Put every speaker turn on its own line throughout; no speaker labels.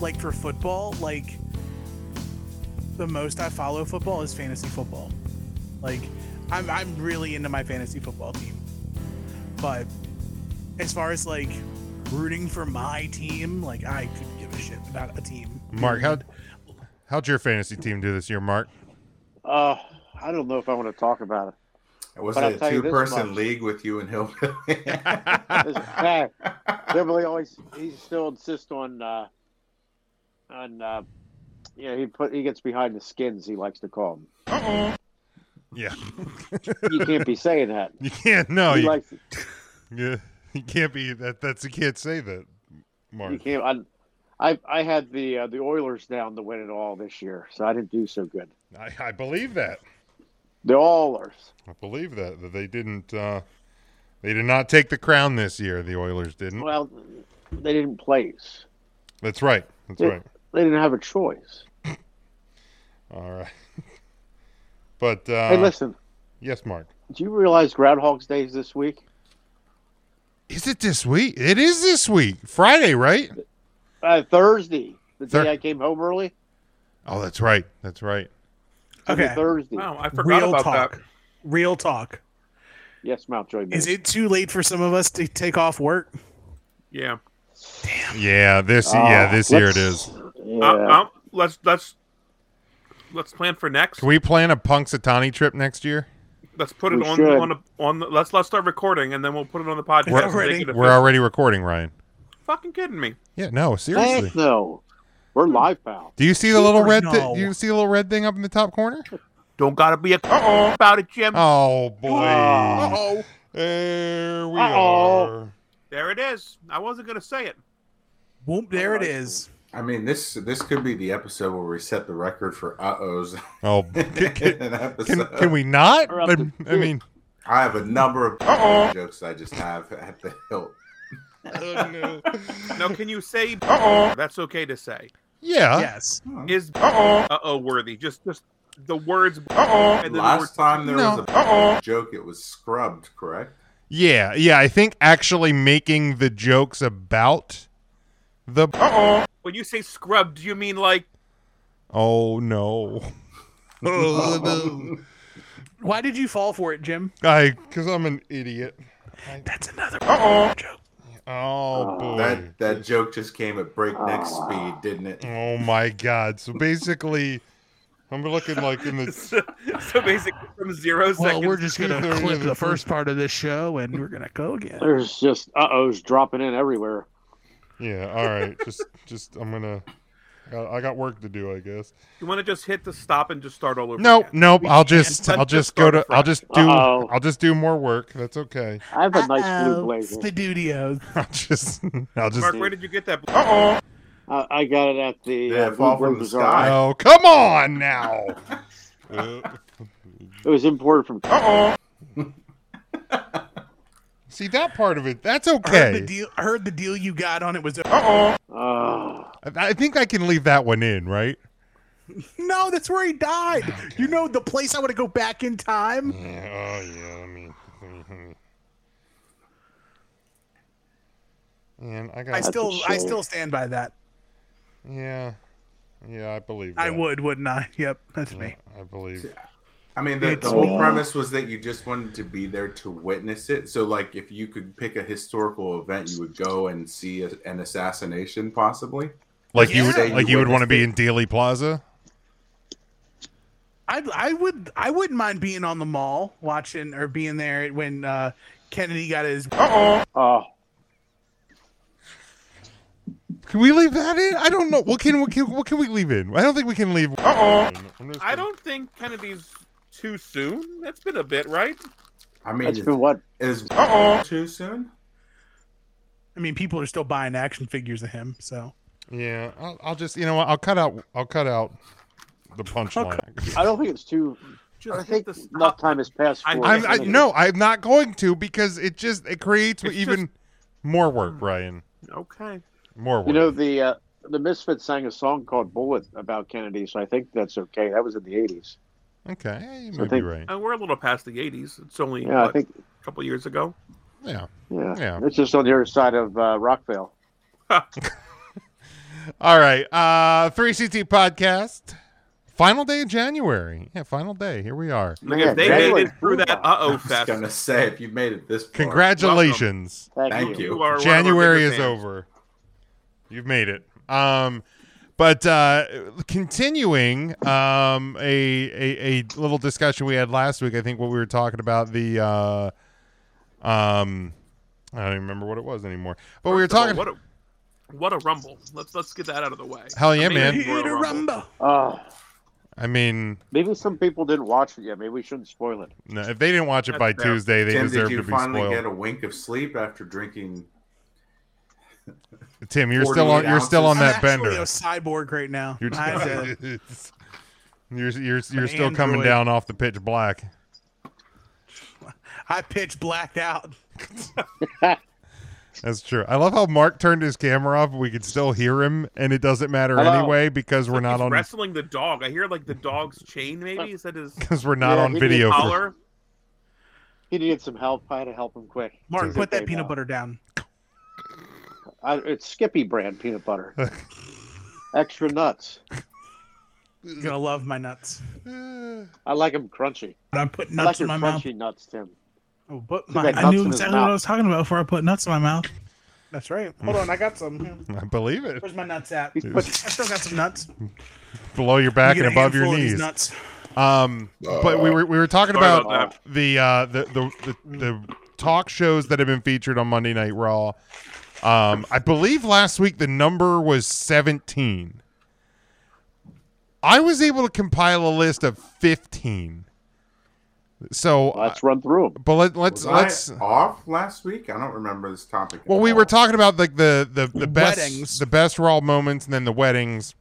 like for football, like the most I follow football is fantasy football. Like I'm I'm really into my fantasy football team. But as far as like rooting for my team, like I couldn't give a shit about a team.
Mark,
Mm-hmm.
how how'd your fantasy team do this year, Mark?
Uh, I don't know if I want to talk about it.
It was
But I'll
a
tell you
two
this
person
much.
league with you and Hillbilly.
It's- hey, Beverly always he still insists on uh, on uh, you know he put he gets behind the skins he likes to call them.
Yeah.
You can't be saying that.
You can't no,
he
Oh, you,
likes
you, you can't be that that's you can't say that, Mark.
you can't. I, I I had the uh, the Oilers down to win it all this year, so I didn't do so good.
I, I believe that.
The Oilers.
I believe that that they didn't uh they did not take the crown this year, the Oilers didn't.
Well, they didn't place.
That's right. That's
Yeah.
right.
They didn't have a choice.
All right. But uh
hey, listen.
yes, Mark.
Do you realize Groundhog's Day is this week?
Is it this week? It is this week. Friday, right?
Uh, Thursday, the
Thur-
day I came home early.
Oh, that's right. That's right.
It'll be
Okay.
Thursday.
Wow, I forgot
Real
about
talk.
that.
Real talk.
Yes, Mountjoy.
Is
Maine.
it too late for some of us to take off work?
Yeah.
Yeah, this yeah,
Ah,
this year it
let's-
is.
Yeah.
Uh, um, let's let's let's plan for next.
Can we plan a Punxsutawney trip next year?
let's put it
we
on
should.
on the, on the, let's let's start recording and then we'll put it on the podcast.
We're
and make
already-
it
We're
official.
already recording, Ryan.
fucking kidding me.
Yeah, no, seriously.
Heck no. We're live, pal.
Do you see the little red? Thi-
No.
do you see the little red thing up in the top corner?
Don't gotta be a uh about it, Jim.
Oh boy!
Uh-oh.
There we
Uh-oh.
are.
There it is. I wasn't gonna say it.
Boom, there it is.
I mean, this this could be the episode where we set the record for uh ohs.
Oh, can, can, can, can we not?
We're up
I,
to
I mean,
I have a number of
Uh-oh.
jokes I just have at the hilt.
Now, can you say? Uh-oh. That's okay to say.
yeah.
Yes.
Is uh-oh, uh-oh worthy? Just just the words uh-oh and then the words
Last time there
No.
was a
uh-oh.
joke, it was scrubbed, correct?
Yeah, yeah. I think actually making the jokes about the.
Uh-oh. When you say scrubbed, do you mean like
Oh no! oh no!
Why did you fall for it, Jim?
I, because I'm an idiot.
That's another
uh-oh?
joke.
Oh boy!
That that joke just came at breakneck speed, didn't it?
Oh my god! So basically, I'm looking like in the
so, so basically from zero
Well,
seconds
we're just gonna
Second-
clip the first part of this show, and we're gonna go again.
There's just uh ohs dropping in everywhere.
yeah. All right, just just I'm gonna. I got, I got work to do, I guess.
You want to just hit the stop and just start all over?
Nope,
again?
nope.
We
I'll
can't.
just
Let's
I'll just go
start
to I'll
fresh.
just do
Uh-oh.
I'll just do more work. That's okay.
I have a nice blue
Uh-oh,
blazer.
Studios.
I'll just I'll just.
Mark, where did you get that? Uh-oh.
I, I got it at the
Yeah,
uh,
fall
Blue
from the
Blazers
sky.
Oh come on now! Uh,
It was imported from.
Uh-oh.
see that part of it. That's
I heard the
okay.
deal. I heard the deal you got on it was.
Uh-oh.
Uh,
I I think I can leave that one in, right?
No, that's where he died. You know the place I want to go back in time.
Yeah, oh yeah, I mean, and I
I
got,
still,
a
I
shame.
still stand by that.
yeah, yeah, I believe.
I
that.
would, wouldn't I? Yep, that's
Yeah,
me.
I believe.
I mean, the,
It's
the whole
me.
premise was that you just wanted to be there to witness it. So, like, if you could pick a historical event, you would go and see a, an assassination, possibly.
Like you, would,
Yeah.
like you would want to be in Dealey Plaza.
I, I would, I wouldn't mind being on the mall watching or being there when uh, Kennedy got his.
Uh-oh.
oh,
Can we leave that in? I don't know. What can what can, what can we leave in? I don't think we can leave.
Uh-oh.
I'm just gonna-
I don't think Kennedy's too soon. That's been a bit, right?
I mean,
that's
is,
been what?
is
Oh.
Uh-oh.
too soon?
I mean, people are still buying action figures of him. So
Yeah, I'll, I'll just you know what? I'll cut out. I'll cut out the punchline.
I don't think it's too. I
Just hit
think
the
enough
stop.
time has passed.
I-
for
I'm,
it.
I, no, I'm not going to because it just it creates
It's
even more work, Ryan.
Okay.
More work.
You know the uh, the Misfits sang a song called "Bullet" about Kennedy, so I think that's okay. That was in the '80s.
Okay, you
So
may
I
be
think-
right.
And we're a little past the 80s. It's only
Yeah, I
what,
think.
a couple years ago.
Yeah.
Yeah.
Yeah.
it's just on the other side of uh, Rockville.
All right. Uh 3CT podcast. Final day of January. Yeah, final day. Here we are.
Like
Yeah,
if they
January
made it through that
Fool's
uh
I
oh
was
fest,
gonna say if you made it this far,
Congratulations.
Thank,
Thank you.
you are one of our
January
bigger
is
fans.
over. You've made it. Um but uh continuing um a, a a little discussion we had last week, I think what we were talking about the uh um I don't even remember what it was anymore. But we were talking
What a what a rumble! Let's let's get that out of the way.
Hell yeah,
Amazing
man.
Royal
Peter
Rumble.
Rumble.
Oh,
I mean,
maybe some people didn't watch it yet. Maybe we shouldn't spoil it.
no, if they didn't watch it
That's
by
fair.
Tuesday, they
Tim,
deserve
did
to
you
be
finally
spoiled.
get a wink of sleep after drinking?
Tim, you're still on.
48
You're still on
ounces.
that
I'm actually
bender.
a cyborg right now.
You're,
I uh, had to-
you're you're you're still coming
Android.
down off the pitch black.
I pitch blacked out.
That's true. I love how Mark turned his camera off. but We could still hear him, and it doesn't matter
Hello.
anyway because we're not
He's
on
wrestling the dog. I hear like the dog's chain. Maybe is that his
because we're not
Yeah,
on
he did
video. For,
collar?
He needed some help. I had to help him quick.
Mark,
He's
put
okay
that peanut
now.
butter down.
I, it's Skippy brand peanut butter. Extra nuts.
You're gonna love my nuts.
I like them crunchy.
But I put
I like
nuts
your
in my mouth.
crunchy nuts, Tim.
Oh, but
He
my,
got
I
nuts
knew
in his
exactly what
mouth.
I was talking about before I put nuts in my mouth. That's right. Hold on, I got some.
I believe it.
Where's my nuts at?
He's
I
put,
still got some nuts.
Below your back
You
and
get a
above your
handful of these
knees.
nuts.
Um, but we were we were talking
Sorry
about,
about that.
the uh the, the the the talk shows that have been featured on Monday Night Raw. Um, I believe last week the number was seventeen. I was able to compile a list of fifteen. So, uh,
let's run through them.
but let, let's
Was
let's.
I off last week? I don't remember this topic. at
Well, we
all.
were talking about like the the the best
Weddings.
the best Raw moments, and then the weddings,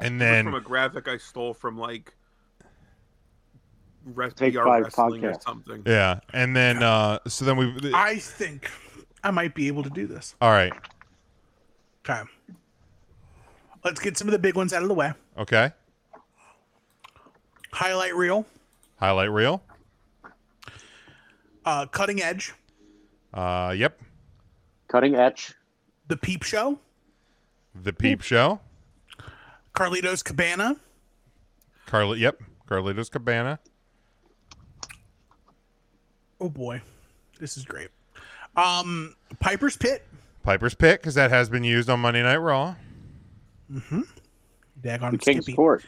and then
from a graphic I stole from like Res-
Take
PR
Five
wrestling or
podcast.
something.
yeah, and then uh, so then we.
I think I might be able to do this.
all right.
Okay. Let's get some of the big ones out of the way.
Okay.
Highlight reel,
Highlight reel.
uh, cutting edge,
Uh, yep.
Cutting etch.
the peep show,
The Peep Show.
Carlitos Cabana,
Carly. Yep. Carlitos Cabana.
Oh boy, this is great. Um, Piper's Pit,
Piper's Pit, because that has been used on Monday Night Raw.
The
Dagon
King's
Skippy.
Court.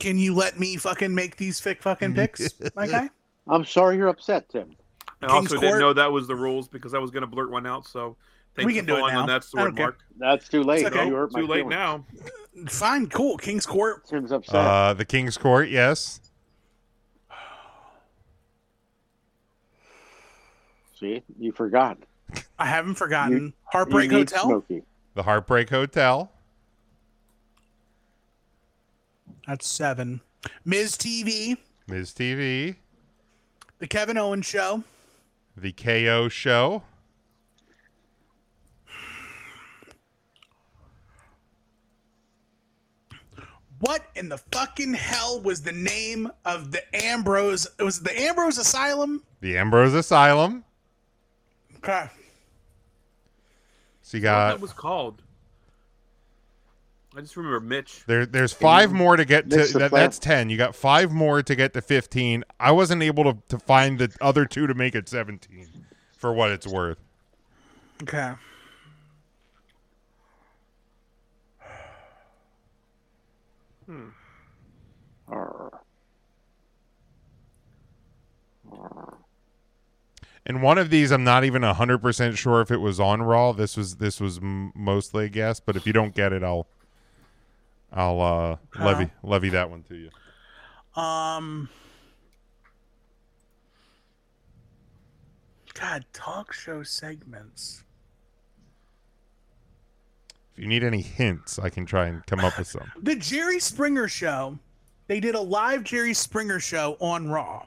Can you let me fucking make these fick fucking picks, my guy?
I'm sorry you're upset, Tim.
I
King's
also didn't
Court.
know that was the rules because I was going to blurt one out. So thanks
We can
for
do it
falling on
now.
that
I
sword,
don't care.
Mark.
That's too late. Oh,
It's okay.
You hurt my
Too late
feelings.
now.
Fine, cool. King's Court,
Tim's upset.
Uh, the King's Court. Yes.
See, you forgot.
I haven't forgotten.
You
Heartbreak
need
Hotel,
Smokey.
The Heartbreak Hotel.
that's seven. Ms. TV,
Ms. TV.
The Kevin Owens Show,
The KO Show.
What in the fucking hell was the name of the Ambrose? It was the Ambrose Asylum.
The Ambrose Asylum.
Okay.
So you
What
got
that was called. I just remember Mitch.
there. There's five more to get to.
Mix the
That,
flavor.
that's ten. You got five more to get to fifteen. I wasn't able to, to find the other two to make it seventeen, for what it's worth.
Okay.
Arr.
And one of these, I'm not even hundred percent sure if it was on Raw. This was this was m- mostly a guess, but if you don't get it, I'll I'll uh, levy levy that one to you.
Um. God, talk show segments.
If you need any hints, I can try and come up with some.
The Jerry Springer show. They did a live Jerry Springer show on Raw.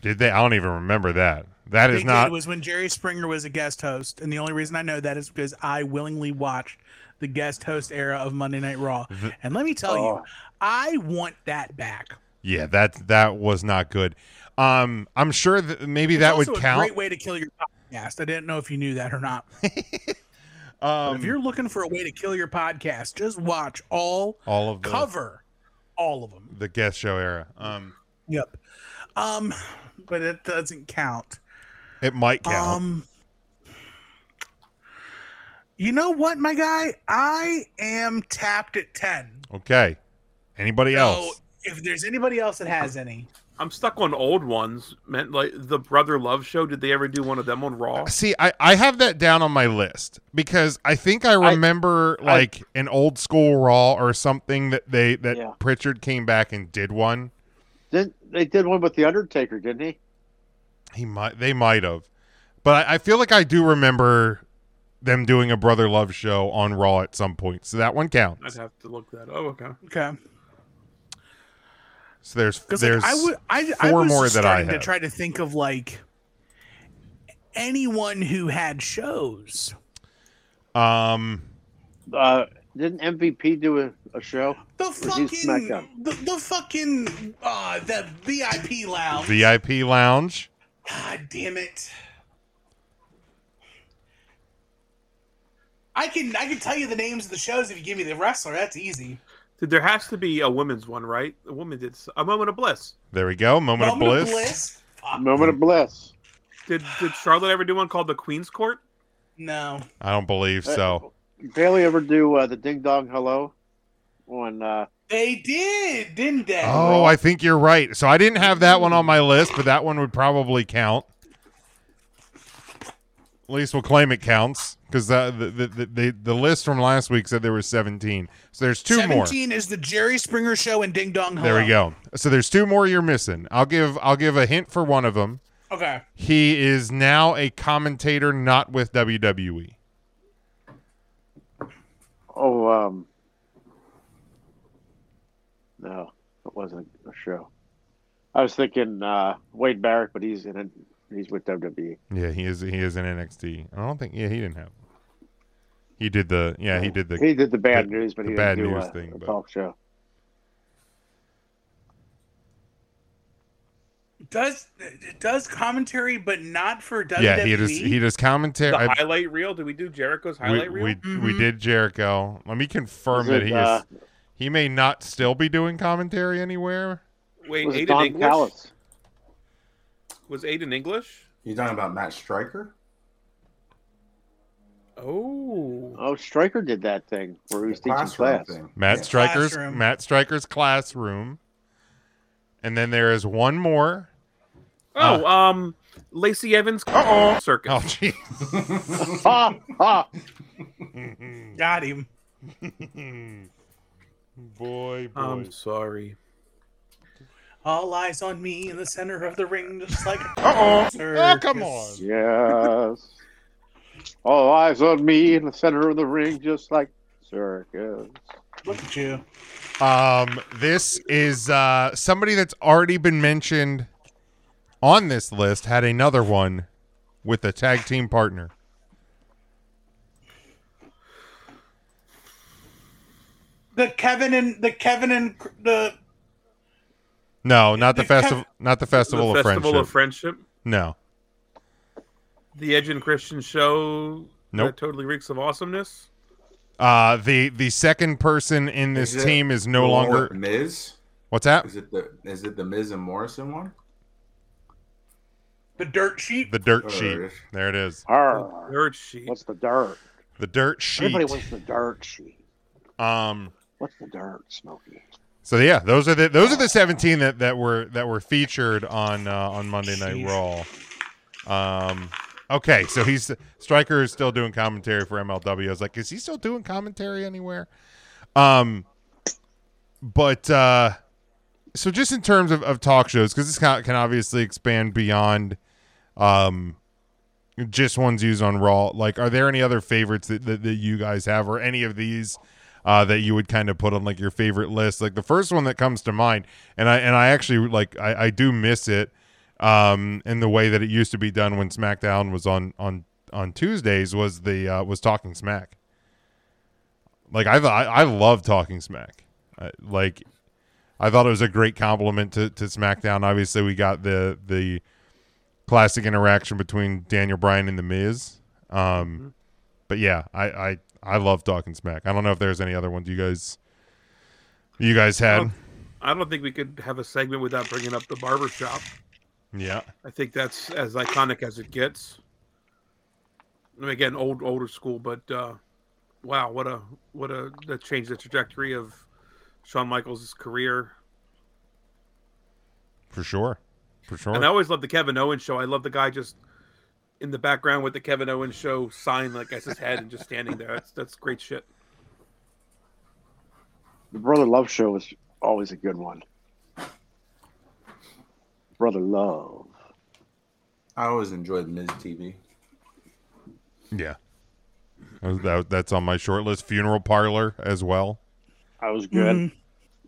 Did they? I don't even remember that. That
They
is
did
not.
was when Jerry Springer was a guest host, and the only reason I know that is because I willingly watched the guest host era of Monday Night Raw. And let me tell you,
Oh.
I want that back.
Yeah, that that was not good. Um, I'm sure that maybe
It's
that would
also a
count.
Great way to kill your podcast. I didn't know if you knew that or not. But if
Um,
you're looking for a way to kill your podcast, just watch all
all of the,
cover all of them.
the guest show era. Um,
Yep. Um, but it doesn't count.
it might count.
Um, you know what, my guy? I am tapped at ten.
okay. Anybody
So
else?
if there's anybody else that has any,
I'm stuck on old ones. Man, like the Brother Love show. Did they ever do one of them on Raw?
See, I, I have that down on my list because I think I remember like an old school Raw or something that they that
Yeah.
Pritchard came back and did one.
Didn't they did one with the Undertaker, didn't he?
He might they might have. But I, I feel like I do remember them doing a brother love show on Raw at some point. So that one
I'd
counts.
have to look that. Oh, okay.
okay.
So there's
Because
there's
like, I would, I, I
four
was
more that I
starting to
have.
try to think of like anyone who had shows.
um
Uh, didn't MVP do a, a show?
The
Or
fucking,
he's SmackDown.
the, the fucking, uh, the VIP lounge.
VIP lounge.
God damn it! I can, I can tell you the names of the shows if you give me the wrestler. That's easy.
Dude, there has to be a women's one, right? A woman did s- a moment of bliss.
There we go. Moment,
Moment
of bliss.
Fuck.
Moment of bliss.
Did Did Charlotte ever do one called the Queen's Court?
No.
I don't believe so.
Bailey Uh, ever do uh, the Ding Dong Hello? On uh,
They did, didn't they?
Oh, I think you're right. So I didn't have that one on my list, but that one would probably count. At least we'll claim it counts because the the, the, the the list from last week said there were 17. So there's two more.
17 is the Jerry Springer show and Ding Dong
There we
Hello.
go. So there's two more you're missing. I'll give I'll give a hint for one of them.
Okay.
He is now a commentator not with E. WWE.
oh um, no, it wasn't a show. I was thinking uh, Wade Barrett, but he's in it. He's with E. WWE.
Yeah, he is he is in NXT. I don't think yeah, he didn't have. He did the yeah, he did the
He did the bad
the-
news, but
the
he
bad
didn't do
news
a,
thing,
a
but-
talk show.
Does does commentary, but not for E? WWE.
Yeah, he just he does commentary.
The
I-
highlight reel? Did we do Jericho's
we
highlight reel?
we, we
Mhm.
did Jericho. Let me confirm
Was
that
it,
he
uh,
is he may not still be doing commentary anywhere.
Wait,
Was it
Aiden
Don
English?
Callis?
Was Aiden English?
You talking about Matt Stryker?
Oh.
Oh, Stryker did that thing where he was teaching class.
Matt
Yeah.
Stryker's
Classroom.
Matt Stryker's classroom. And then there is one more. Uh,
Oh, um, Lacey Evans uh circus.
Oh jeez.
Ha ha!
got him.
Oh, boy, boy.
I'm Um, sorry.
All eyes on me in the center of the ring, just like
Uh
oh, come on.
Yes. All eyes on me in the center of the ring, just like circus.
Look at you.
Um, this is uh, somebody that's already been mentioned on this list had another one with a tag team partner.
The Kevin and the Kevin and Cr- the
No, not the
The Kev-
festival. Not the festival
the
of
Festival
friendship.
of Friendship.
no,
The Edge and Christian show.
Nope.
That totally reeks of awesomeness.
uh, the the second person in this
Is it
team is no longer.
Miz.
What's that?
Is it the is it the Miz and Morrison one?
the dirt sheet.
The dirt
Or-
sheet. There it is.
Arr.
Dirt sheet.
Uh, What's the dirt?
The dirt
Everybody
sheet.
wants the dirt sheet.
Um.
What's the dirt, Smokey?
So yeah, those are the those are the seventeen that, that were that were featured on uh, on Monday Night Raw. Um, okay, so he's Striker is still doing commentary for MLW. I was like, is he still doing commentary anywhere? Um, but uh, so just in terms of, of talk shows, because this can, can obviously expand beyond um just ones used on Raw. Like, are there any other favorites that that, that you guys have, or any of these? uh, that you would kind of put on like your favorite list. Like the first one that comes to mind, and I and I actually like I, I do miss it um, in the way that it used to be done when SmackDown was on on on Tuesdays was the uh, was Talking Smack. Like I thought I love Talking Smack. Uh, like I thought it was a great compliment to to SmackDown. Obviously, we got the the classic interaction between Daniel Bryan and the Miz. Um, But yeah, I I I love talking smack. I don't know if there's any other ones you guys you guys had.
Oh. I don't think we could have a segment without bringing up the barber shop.
Yeah.
I think that's as iconic as it gets. And again, old older school, but uh, wow, what a what a that changed the trajectory of Shawn Michaels' career.
For sure. For sure.
And I always loved the Kevin Owens show. I love the guy just in the background with the Kevin Owens show sign like as his head and just standing there. That's that's great shit.
The Brother Love show was always a good one. Brother Love.
I always enjoyed Miz TV.
yeah. That was- that- that's on my short list. Funeral parlor as well.
I was good.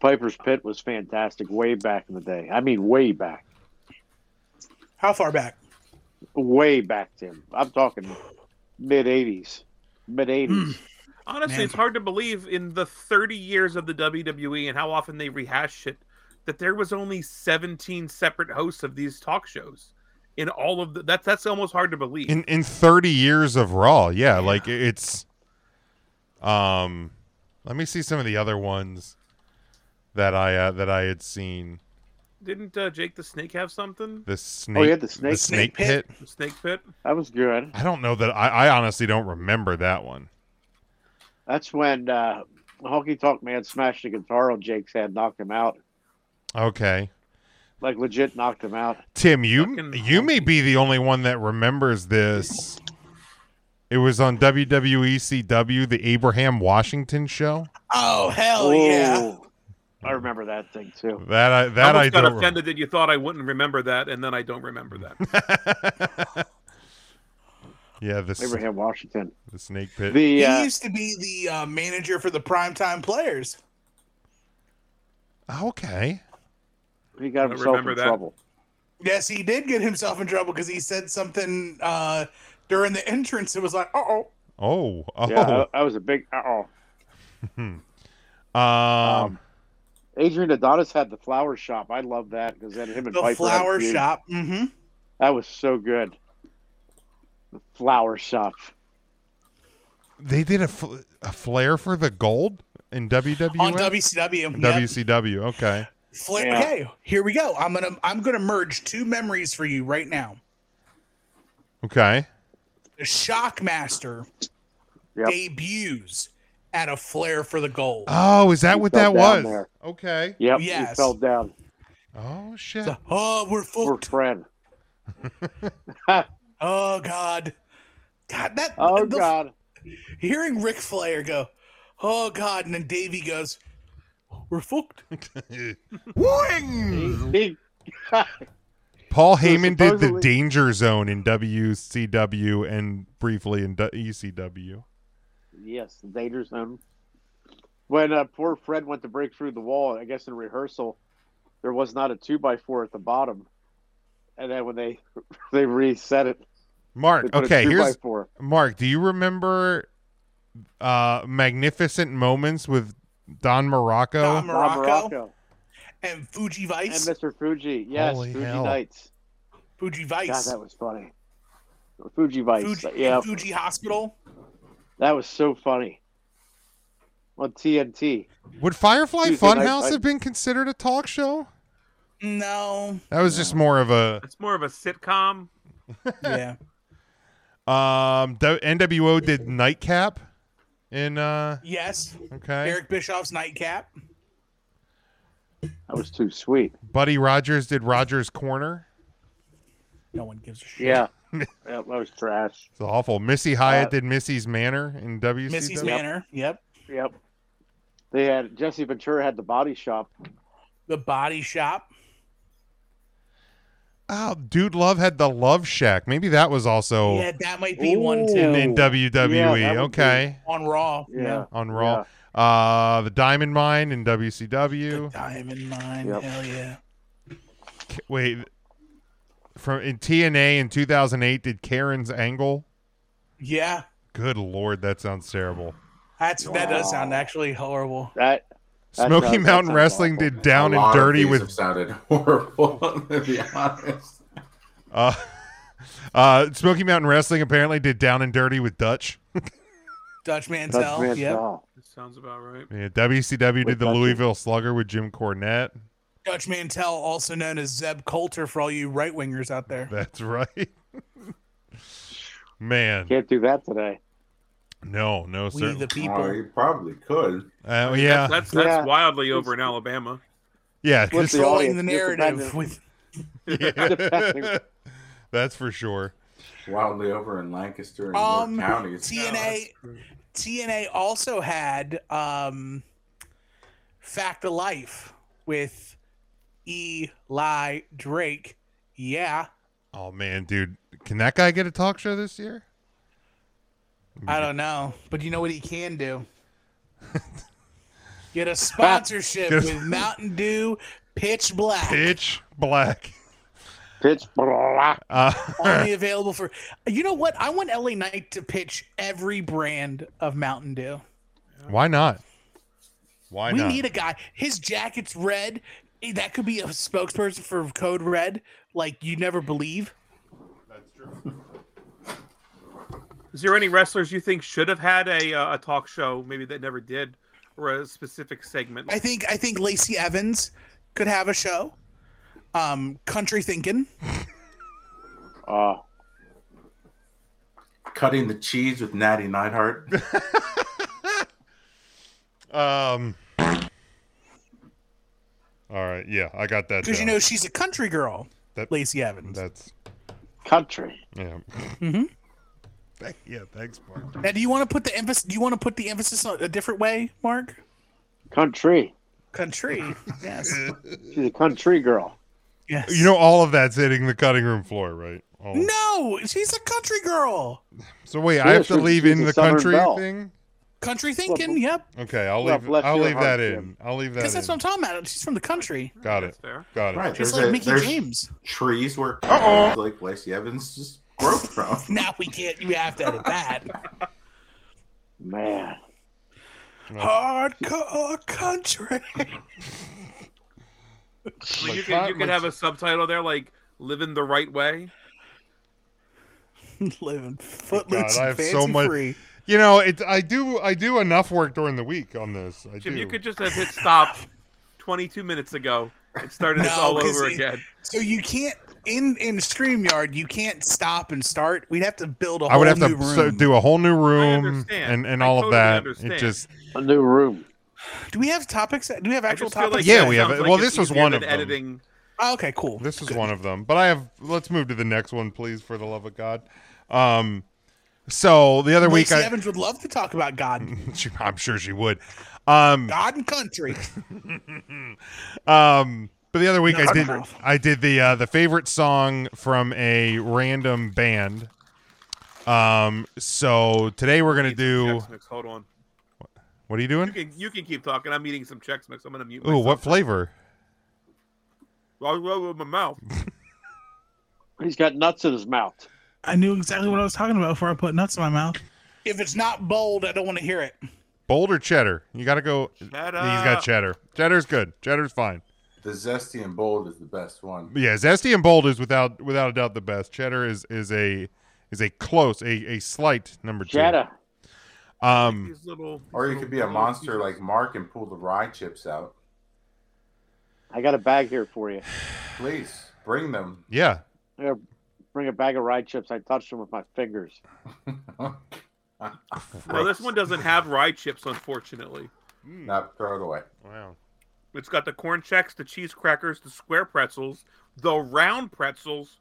Piper's Pit was fantastic way back in the day. I mean, way back,
How far back?
way back, Tim. I'm talking mid '80s, mid '80s.
Honestly,
Man.
it's hard to believe in the 30 years of the WWE and how often they rehash it that there was only 17 separate hosts of these talk shows in all of the, that's that's almost hard to believe.
in in 30 years of raw yeah, like it's um let me see some of the other ones that i uh, that i had seen
Didn't uh, Jake the Snake have something?
the snake
had Oh, the snake-
Snake
pit.
pit.
The Snake Pit?
That was good.
i don't know that i i honestly don't remember that one
That's when uh, Honky Talk Man smashed the guitar on Jake's head, knocked him out.
okay
Like legit knocked him out.
tim you
Fucking
you may
honky.
be the only one that remembers this it was on WWECW, the Abraham Washington show.
Oh hell yeah!
Ooh. I remember that thing too.
That I that I
I almost got
don't. re-
offended that you thought I wouldn't remember that, and then I don't remember that.
yeah, the, s-
Abraham Washington.
the snake pit.
The
He
uh,
used to be the uh, manager for the primetime players.
okay.
he got
don't
himself in
remember that.
trouble.
Yes, he did get himself in trouble because he said something uh, during the entrance. It was like, oh,
Oh, oh.
Yeah, I, I was a big. Oh,
Um,
Um, Adrian Adonis had the flower shop. I love that because then him and
the
Piper had a
flower
feud.
shop. hmm
That was so good. The flower shop.
they did a, fl- a flare for the gold in WWF?
on WCW.
In
Yep.
WCW. Okay.
Fla-
Yeah.
Okay, here we go. I'm gonna I'm gonna merge two memories for you right now.
Okay.
The Shockmaster
Yep.
debuts at a flare for the gold.
Oh, is that what
fell
that was?
down there.
Okay.
Yep. He
Yes.
fell down.
Oh shit.
So, oh, we're
Poor
fucked.
friend.
Oh God, God, that
Oh
the-
God.
hearing Ric Flair go, oh God, and then Davey goes, we're fucked.
Wing!
He-
Paul
So
Heyman did the
supposedly-
Danger Zone in WCW and briefly in du- ECW.
yes, the danger zone. When uh, poor Fred went to break through the wall, I guess in rehearsal, there was not a two by four at the bottom, and then when they they reset it, they
Mark,
put
okay,
a two by
here's
four.
Mark. Do you remember uh magnificent moments with Don Morocco?
Don
Don
Morocco,
Morocco
and Fuji
and
Vice,
Mr. Fuji. Yes,
Holy
Fuji
hell.
Nights.
Fuji
God,
Vice,
that was funny. Fuji Vice.
Fuji,
yeah,
Fuji Hospital.
that was so funny. On TNT.
Would Firefly
Tuesday night
Funhouse
fight.
have been considered a talk show?
No,
That was just more of a
It's more of a sitcom.
yeah,
um. the NWO did Nightcap, in uh.
yes.
Okay.
Eric Bischoff's nightcap.
That was too sweet.
Buddy Rogers did Rogers Corner.
No one gives a shit.
Yeah. yeah that was trash.
It's awful. Missy Hyatt
Uh,
did Missy's Manor in WCW.
Missy's Manor. Yep.
Yep. They had Jesse Ventura had the body shop.
The Body Shop.
Oh, Dude Love had the Love Shack. Maybe that was also
Yeah, that might be one
Ooh.
too
in WWE.
Yeah, that would
E. okay.
on Raw.
Yeah.
On Raw. Uh, the Diamond Mine in WCW.
The Diamond Mine.
Yep.
Hell yeah.
K- Wait. From in TNA in 2008 did Karen's Angle.
Yeah.
Good lord, that sounds terrible.
That's that does
Wow.
sound actually horrible.
That That
Smoky
sounds- that
Mountain
sounds
Wrestling
awful.
did Down
A
and
lot of
Dirty
these
with
have sounded horrible. To be honest,
uh, uh, Smoky Mountain Wrestling apparently did Down and Dirty with Dutch.
Dutch
Dutch
Mantel. Yep.
Mantel.
That sounds about right.
Yeah, WCW
With
did the
Dutch-
Louisville Slugger with Jim Cornette.
Dutch Mantel, also known as Zeb Coulter for all you right wingers out there.
That's right. Man,
Can't do that today.
no, no,
We
sir.
the
Oh,
people.
you probably could.
Uh, yeah,
That's that's
Yeah.
wildly over in Alabama.
yeah, just-
What's the
Controlling the
audience, you can find
narrative
it.
with
yeah. That's for sure.
Wildly over in Lancaster and
Um,
York counties.
TNA.
true.
TNA also had um, Fact of Life with Eli Drake. Yeah,
Oh man, dude, can that guy get a talk show this year? Mm-hmm.
I don't know, but you know what he can do? Get a sponsorship
Get a-
with Mountain Dew Pitch Black.
Pitch black.
Pitch black.
Uh,
Only available for. You know what? I want LA Knight to pitch every brand of Mountain Dew.
why not? Why
we
not?
need a guy. His jacket's red. Eh, That could be a spokesperson for Code Red. Like you never believe.
Is there any wrestlers you think should have had a uh, a talk show, maybe that never did, or a specific segment?
I think I think Lacey Evans could have a show. Um, country thinking.
Uh,
Cutting the cheese with Natty Neidhart.
Um. All right. Yeah, I got that.
Because you
down.
know she's a country girl,
That-
Lacey Evans.
that's
country.
yeah.
Mhm.
Thank- yeah. Thanks, Mark.
now, do you want to put the emphasis? Do you want to put the emphasis on a different way, Mark?
Country.
Country. yes.
She's a country girl.
Yes.
You know, all of that's hitting the cutting room floor, right? All-
No, she's a country girl.
So wait, I
Yeah,
have to
she's-
leave
she's
in
a
the
Southern
country
belle.
thing.
Country thinking.
Well,
yep.
Okay, I'll
Well,
leave.
bless
I'll
your
leave that
heart,
in.
Jim.
I'll leave that in.
Because that's what I'm talking about. She's from the country.
Got
That's
it.
fair.
Got it.
Right.
She's
There's,
like
a,
Mickey
there's
James.
trees where oh like Lacey Evans just broke from.
Now we can't. You have to edit that.
Man.
Hardcore country.
Well, you
Like,
could you
my-
could
my-
have a subtitle there like "Living the Right Way."
Living footloose
God,
and
I have
fancy
so much-
free.
You know, it. I do. I do enough work during the week on this. I
Jim,
do.
you could just have hit stop 22 minutes ago and started this
No,
all
'cause
over
it-
again.
So you can't in in Streamyard. You can't stop and start. We'd have to build a whole
I would have
new
to
room.
so, do a whole new room
understand.
and and
I
all
totally
of that. It
understand.
just
A new room.
Do we have topics? Do we have
I
actual
just feel
topics?
like
Yeah,
that
we have
sounds
it. Well,
it's
this was
easier
one
than
of them.
Editing.
Oh, okay, cool.
This is one of them, but I have. Let's move to the next one, please, for the love of God. Um, so the other
Lacey
week, I,
Evans would love to talk about God,
she, I'm sure she would. Um,
God and country.
um, but the other week, I
No,
did.
mouth.
I did the uh, the favorite song from a random band. Um, so today we're gonna do.
Chex Mix. Hold on.
What are you
You
doing?
can you can keep talking. I'm eating some Chex Mix. I'm gonna mute
Ooh,
myself.
what flavor?
Well, well, with my mouth.
He's got nuts in his mouth.
I knew exactly what I was talking about before I put nuts in my mouth. If it's not bold, I don't want to hear it.
Boulder cheddar. You gotta go.
Shut
He's got
up.
cheddar. Cheddar's good. Cheddar's fine.
The zesty and bold is the best one.
Yeah, zesty and bold is without without a doubt the best. Cheddar is is a is a close a a slight number two.
Jada.
Um,
These little, these
Or you
little-
could be a
little
monster
pieces.
like Mark and pull the rye chips out.
I got a bag here for you.
Please bring them.
yeah.
I'm gonna bring a bag of rye chips. I touched them with my fingers.
Well, this one doesn't have rye chips, unfortunately. Mm.
Not throw it away.
Wow.
It's got the corn checks, the cheese crackers, the square pretzels, the round pretzels,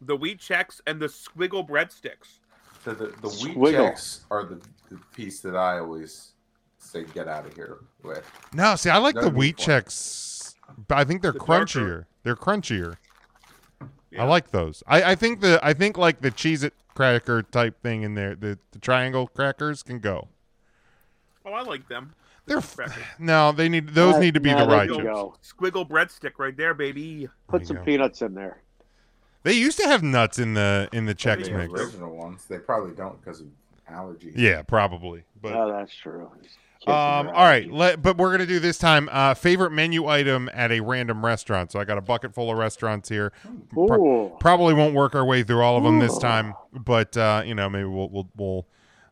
the wheat checks, and the squiggle breadsticks.
So the, the wheat
Squiggle.
checks are the, the piece that I always say get out of here with.
No, see, I like the
That'd be
wheat
fun.
checks. But I think they're
The
crunchier.
darker-
They're crunchier.
Yeah.
I like those. I, I think the I think like the cheese it cracker type thing in there. The, the triangle crackers can go.
Oh, I like them.
They're f-
Cracker.
no. They need those
Uh,
need to be
no,
the
they
right
don't
chips.
go.
Squiggle breadstick right there, baby.
you
Put some
go.
peanuts in there.
They used to have nuts in the in the Chex
yeah.
the
mix.
original ones. They probably don't because of allergies.
Yeah, probably. But
oh, that's true. Kids and
Um,
their
all right,
allergies.
let, but we're gonna do this time uh, favorite menu item at a random restaurant. So I got a bucket full of restaurants here. Pro-
Ooh.
probably won't work our way through all of them this
Ooh.
time, but uh, you know maybe we'll we'll, we'll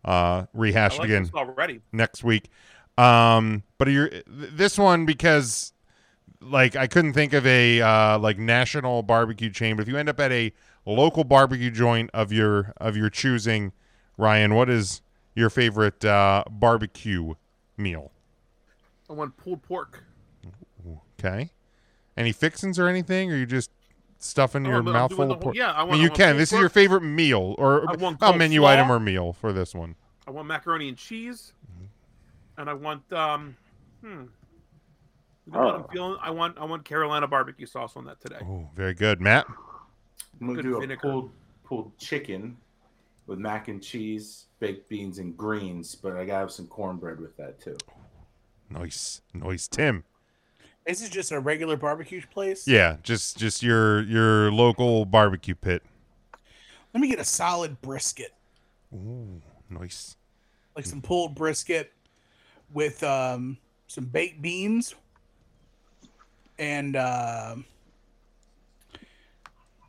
uh, rehashed
I like
again
this already.
next week. Um, but you're, th- this one because like I couldn't think of a uh, like national barbecue chain, but if you end up at a local barbecue joint of your of your choosing, Ryan, what is your favorite uh, barbecue meal?
I want pulled pork.
Okay, any fixins or anything, or you just stuffing
I
your
want- Oh, I'm
mouth
doing
full
the
of
whole-
pork?
Yeah, I
I
want.
mean,
I
you
want
can.
pulled
This is
pork.
your favorite meal, or
I want
well, menu
coleslaw.
item or meal for this one.
I want macaroni and cheese,
Mm-hmm.
and I want um, hmm. You know what I'm
Oh.
feeling? I want I want Carolina barbecue sauce on that today.
Oh, very good, Matt.
I'm gonna
Good
do
vinegar.
a pulled pulled chicken with mac and cheese, baked beans, and greens, but I gotta have some cornbread with that too.
Nice, nice, Tim.
This is just a regular barbecue place.
Yeah, just just your your local barbecue pit.
Let me get a solid brisket,
Ooh, nice.
like some pulled brisket with um, some baked beans and um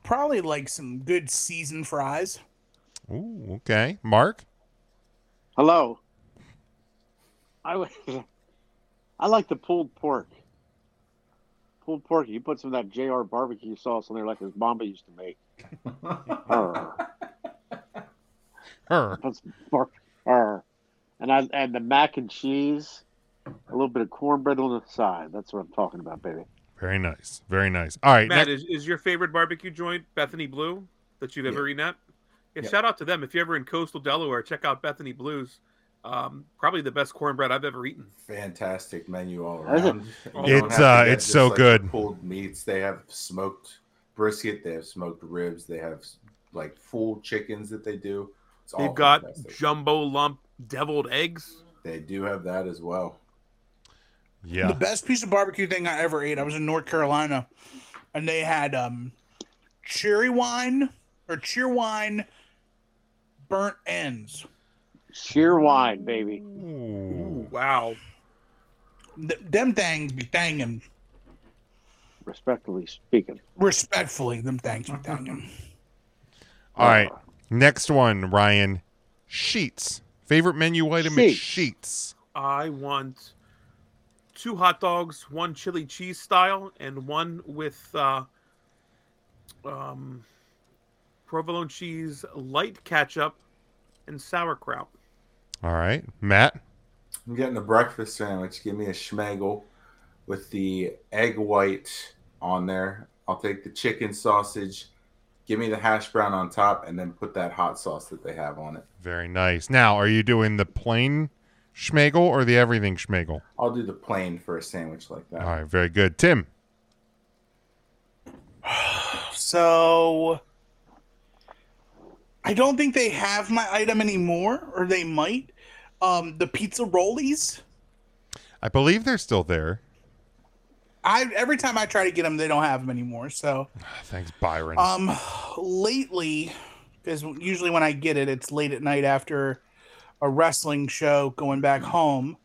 probably like some good seasoned fries.
Ooh, okay. Mark,
Hello. I would- I like the pulled pork. Pulled pork. You put some of that JR barbecue sauce on there, like his mama used to make. Arr.
her.
That's bar- arr. And I and the mac and cheese, a little bit of cornbread on the side. That's what I'm talking about, baby.
Very nice. Very nice. All right.
Matt,
next-
is, is your favorite barbecue joint Bethany Blue that you've ever eaten at? Yeah,
Yeah.
shout out to them. If you're ever in coastal Delaware, check out Bethany Blue's. Um, probably the best cornbread I've ever eaten.
Fantastic menu all
That's a-
around. You don't
It's,
have to
uh,
get
it's
just,
so
like,
good.
Pulled meats. They have smoked brisket. They have smoked ribs. They have like full chickens that they do. It's all
They've got
fantastic.
jumbo lump deviled eggs.
They do have that as well.
The
yeah.
best piece of barbecue thing I ever ate. I was in North Carolina, and they had um, cherry wine or cheer wine burnt ends.
Sheer wine, baby.
Ooh.
Wow.
Th- them things be thangin'.
Respectfully speaking.
Respectfully, them things be thangin'.
All right. Next one, Ryan. Sheets. Favorite menu item is
Sheets.
sheets.
I want two hot dogs, one chili cheese style, and one with uh, um, provolone cheese, light ketchup, and sauerkraut.
All right. Matt.
I'm getting a breakfast sandwich. Give me a schmegel with the egg white on there. I'll take the chicken sausage. Give me the hash brown on top, and then put that hot sauce that they have on it.
Very nice. Now, are you doing the plain schmegel or the everything schmegel?
I'll do the plain for a sandwich like that.
All right. Very good. Tim.
So, I don't think they have my item anymore, or they might. Um, the pizza rollies.
I believe they're still there.
I every time I try to get them, they don't have them anymore. So,
Thanks, Byron.
Um, lately, because usually when I get it, it's late at night after a wrestling show, going back home.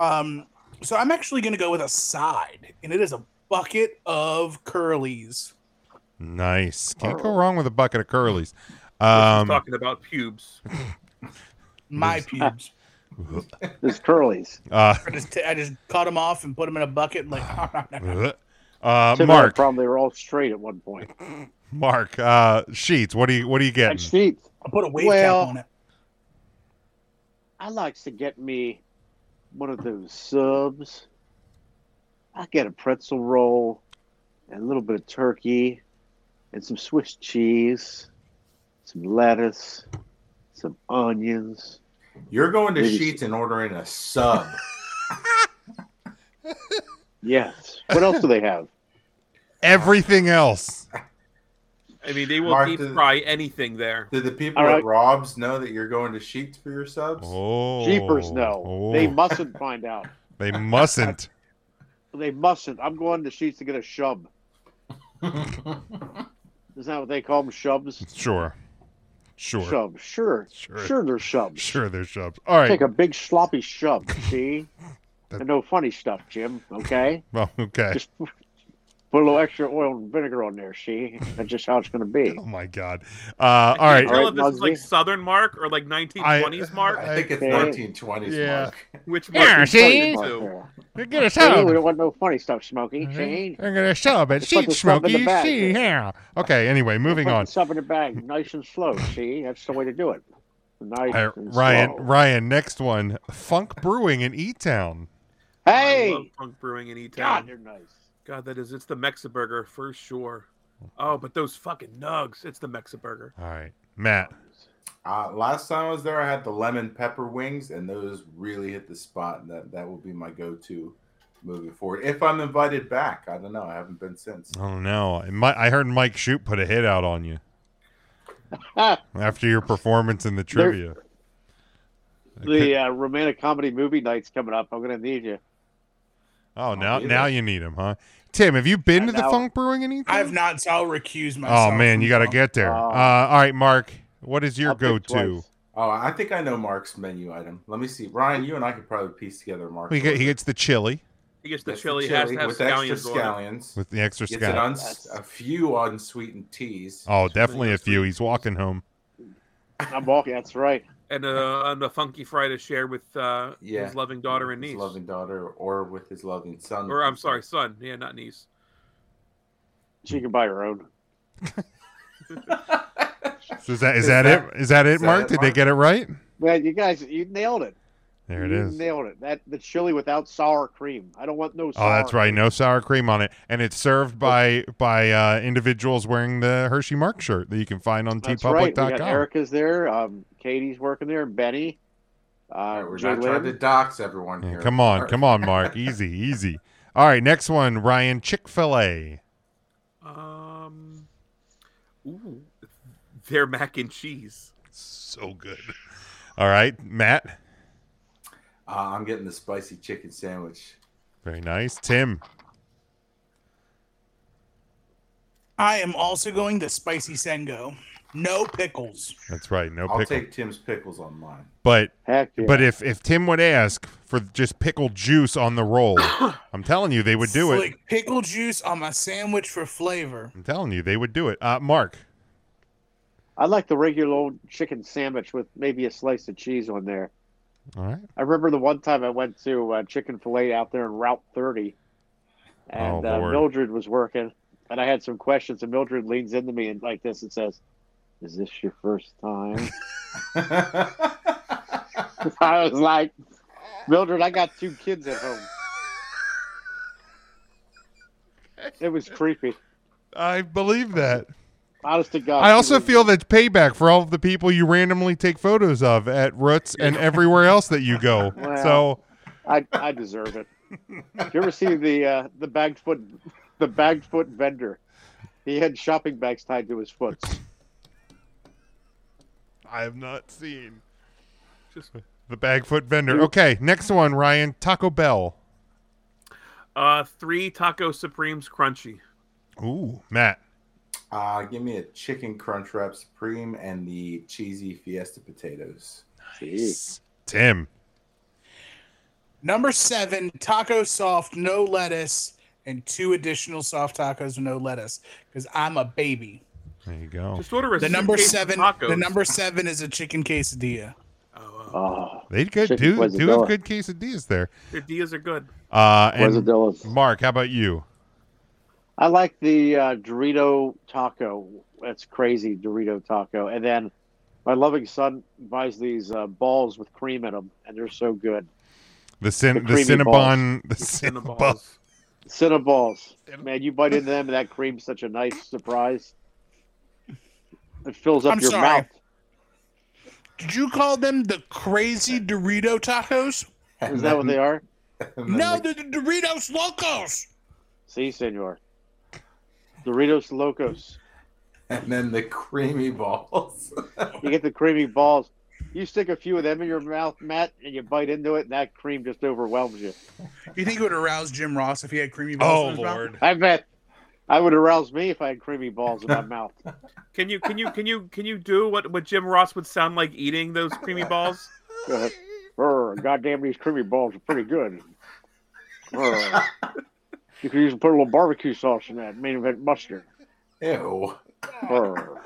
Um, so I'm actually going to go with a side, and it is a bucket of curlies.
Nice. Can't go
Curl.
wrong with a bucket of curlies.
She's
Um,
talking about pubes.
My pubes.
It's curlies.
uh,
I just, I just cut them off and put them in a bucket. And like,
uh,
Tim and I
Mark,
probably were all straight at one point.
Mark, uh, Sheets. What do you what do you
And
getting?
sheets.
I put a wave
Well-
cap on it.
I likes to get me one of those subs. I get a pretzel roll and a little bit of turkey and some Swiss cheese, some lettuce, some onions.
You're going to
Maybe-
Sheets and ordering a sub.
Yes. What else do they have?
Everything else.
I mean, they will
Mark,
deep
the-
fry anything there.
Did the people
All right.
at Rob's know that you're going to Sheets for your subs?
Oh,
Jeepers, no.
Oh,
They
they,
mustn't find out.
mustn't.
They mustn't. I'm going to Sheets to get a shub. Is that what they call them? Shubs?
Sure, sure, sure,
Shub. Sure.
Sure.
Sure, they're shubs.
There's shops. All right.
Take a big sloppy shove, see?
That-
And no funny stuff, Jim. Okay,
well, okay.
just Put a little extra oil and vinegar on there. See, that's just how it's going to be.
Oh my god. Uh, all
I can't
right.
tell
All
if
right,
this is like
Mosby.
Southern Mark or like 1920s Mark.
I-
I think it's
Okay.
1920s,
Yeah.
Mark.
which
Yeah,
Mark?
see?
see?
Mark
Too.
there.
We're gonna
Hey, we
celebrate.
don't want no funny stuff, Smokey. See,
I'm gonna celebrate.
It's like
See,
there's something in
Smokey.
the bag.
See, yeah. Okay. Anyway, moving
Put
on.
this up in the bag, nice and slow. See, that's the way to do it. Nice.
All right,
and
Ryan,
slow.
Ryan, next one. Funk Brewing in E Town.
I love
Hey,
Punk Brewing in E-Town.
God, they're nice.
God, that is. It's the Mexiburger for sure. Oh, but those fucking nugs. It's the Mexiburger.
All right, Matt.
Uh, last time I was there, I had the lemon pepper wings, and those really hit the spot. And that that will be my go-to moving forward if I'm invited back. I don't know. I haven't been since.
Oh no, it might, I heard Mike Shoot put a hit out on you after your performance in the trivia.
the uh, romantic comedy movie night's coming up. I'm going to need you.
Oh, now
be
now
there.
you need him, huh? Tim, have you been
I
to the
know.
Funk Brewing in E Town?
I've not, so I'll recuse myself.
Oh man,
from
you got to
Funk.
get there. Uh,
Oh.
all right, Mark. What is your
I'll pick
go-to?
twice.
Oh, I think I know Mark's menu item. Let me see. Ryan, you and I could probably piece together Mark.
He, get, he gets the chili
He gets the chili. Has to have
with
scallions.
extra
on it.
scallions.
with the extra
Gets an
scallop.
uns- a few unsweetened teas.
Oh, definitely a few. He's walking home.
I'm walking. That's right.
And, uh, and a funky fry to share with uh,
Yeah.
his loving daughter and
His
niece.
loving daughter, or with his loving son.
Or I'm sorry, son. Yeah, not niece.
She can buy her own.
So is that is,
Is
that,
that-
it? Is that it,
is that
Mark?
it,
Did they
Mark?
get it right?
Man, you guys, you nailed it.
There it
you
is.
Nailed it. That the chili without sour cream. I don't want no.
Oh,
sour
that's right.
cream. Oh.
No sour cream on it, and it's served by by uh, individuals wearing the Hershey Mark shirt that you can find on
That's right. We
tpublic.com.
got Erica's there. Um, Katie's working there. Benny. Uh,
All right, we're
Jay
not trying to
Lynn.
dox everyone
Yeah,
here.
come on,
All right.
come on, Mark. Easy, easy. All right, next one, Ryan. Chick Fil A.
Um, ooh, their mac and cheese.
So good. All right, Matt.
Uh, I'm getting the spicy chicken sandwich.
Very nice, Tim.
I am also going to spicy sengo. No pickles.
That's right. No
I'll
pickle.
take Tim's pickles on mine.
But
Heck yeah.
but if if Tim would ask for just pickle juice on the roll, I'm telling you they would do it.
Slick pickle juice on my sandwich for flavor.
I'm telling you they would do it. Uh, Mark.
I like the regular old chicken sandwich with maybe a slice of cheese on there.
All right.
I remember the one time I went to uh, Chicken Fillet out there in Route 30, and
Oh,
uh,
Lord.
Mildred was working, and I had some questions, and Mildred leans into me and like this and says, "Is this your first time?" I was like, Mildred, I got two kids at home. It was creepy.
I believe that.
Honest to God.
I
she
also
was-
feel that's payback for all of the people you randomly take photos of at Roots and everywhere else that you go.
Well.
So
I, I deserve it. Did you ever see the uh, the bagged foot the bagged foot vendor? He had shopping bags tied to his foot.
I have not seen
Just
the Bagfoot vendor. Okay, next one, Ryan Taco Bell.
uh, three taco supremes crunchy.
Ooh, Matt.
Uh, give me a chicken crunch wrap supreme and the cheesy fiesta potatoes.
Jeez.
Tim.
Number seven, taco soft, no lettuce, and two additional soft tacos with no lettuce. Because I'm a baby.
There you go.
Just order a
The number
suitcase of
seven,
Tacos.
the number seven is a chicken quesadilla.
Oh, wow.
Oh,
They could
Chicken
do do have
quesadilla.
good quesadillas there.
Their Diaz are good.
Uh and
quesadillas.
Mark, how about you?
I like the uh, Dorito taco. That's crazy, Dorito taco. And then my loving son buys these uh, balls with cream in them, and they're so good.
The cin the,
The creamy
Cinnabon the Cinnabon.
Cinnaballs.
Cinnabons. Man, you bite into them, and that cream's such a nice surprise. It fills up
I'm
your
sorry.
mouth.
Did you call them the crazy Dorito tacos?
And
Is that what they are?
then- and then
No,
the-
they're the Doritos Locos.
See, senor. Doritos Locos.
and then the creamy balls.
You get the creamy balls. You stick a few of them in your mouth, Matt, and you bite into it, and that cream just overwhelms you.
You think it would arouse Jim Ross if he had creamy balls? in his mouth?
I bet I would arouse me if I had creamy balls in my mouth.
Can you can you can you can you do what what Jim Ross would sound like eating those creamy balls?
Uh, "Urgh, goddamn, these creamy balls are pretty good. Urgh. You could even put a little barbecue sauce in that main event mustard.
Ew.
Brr.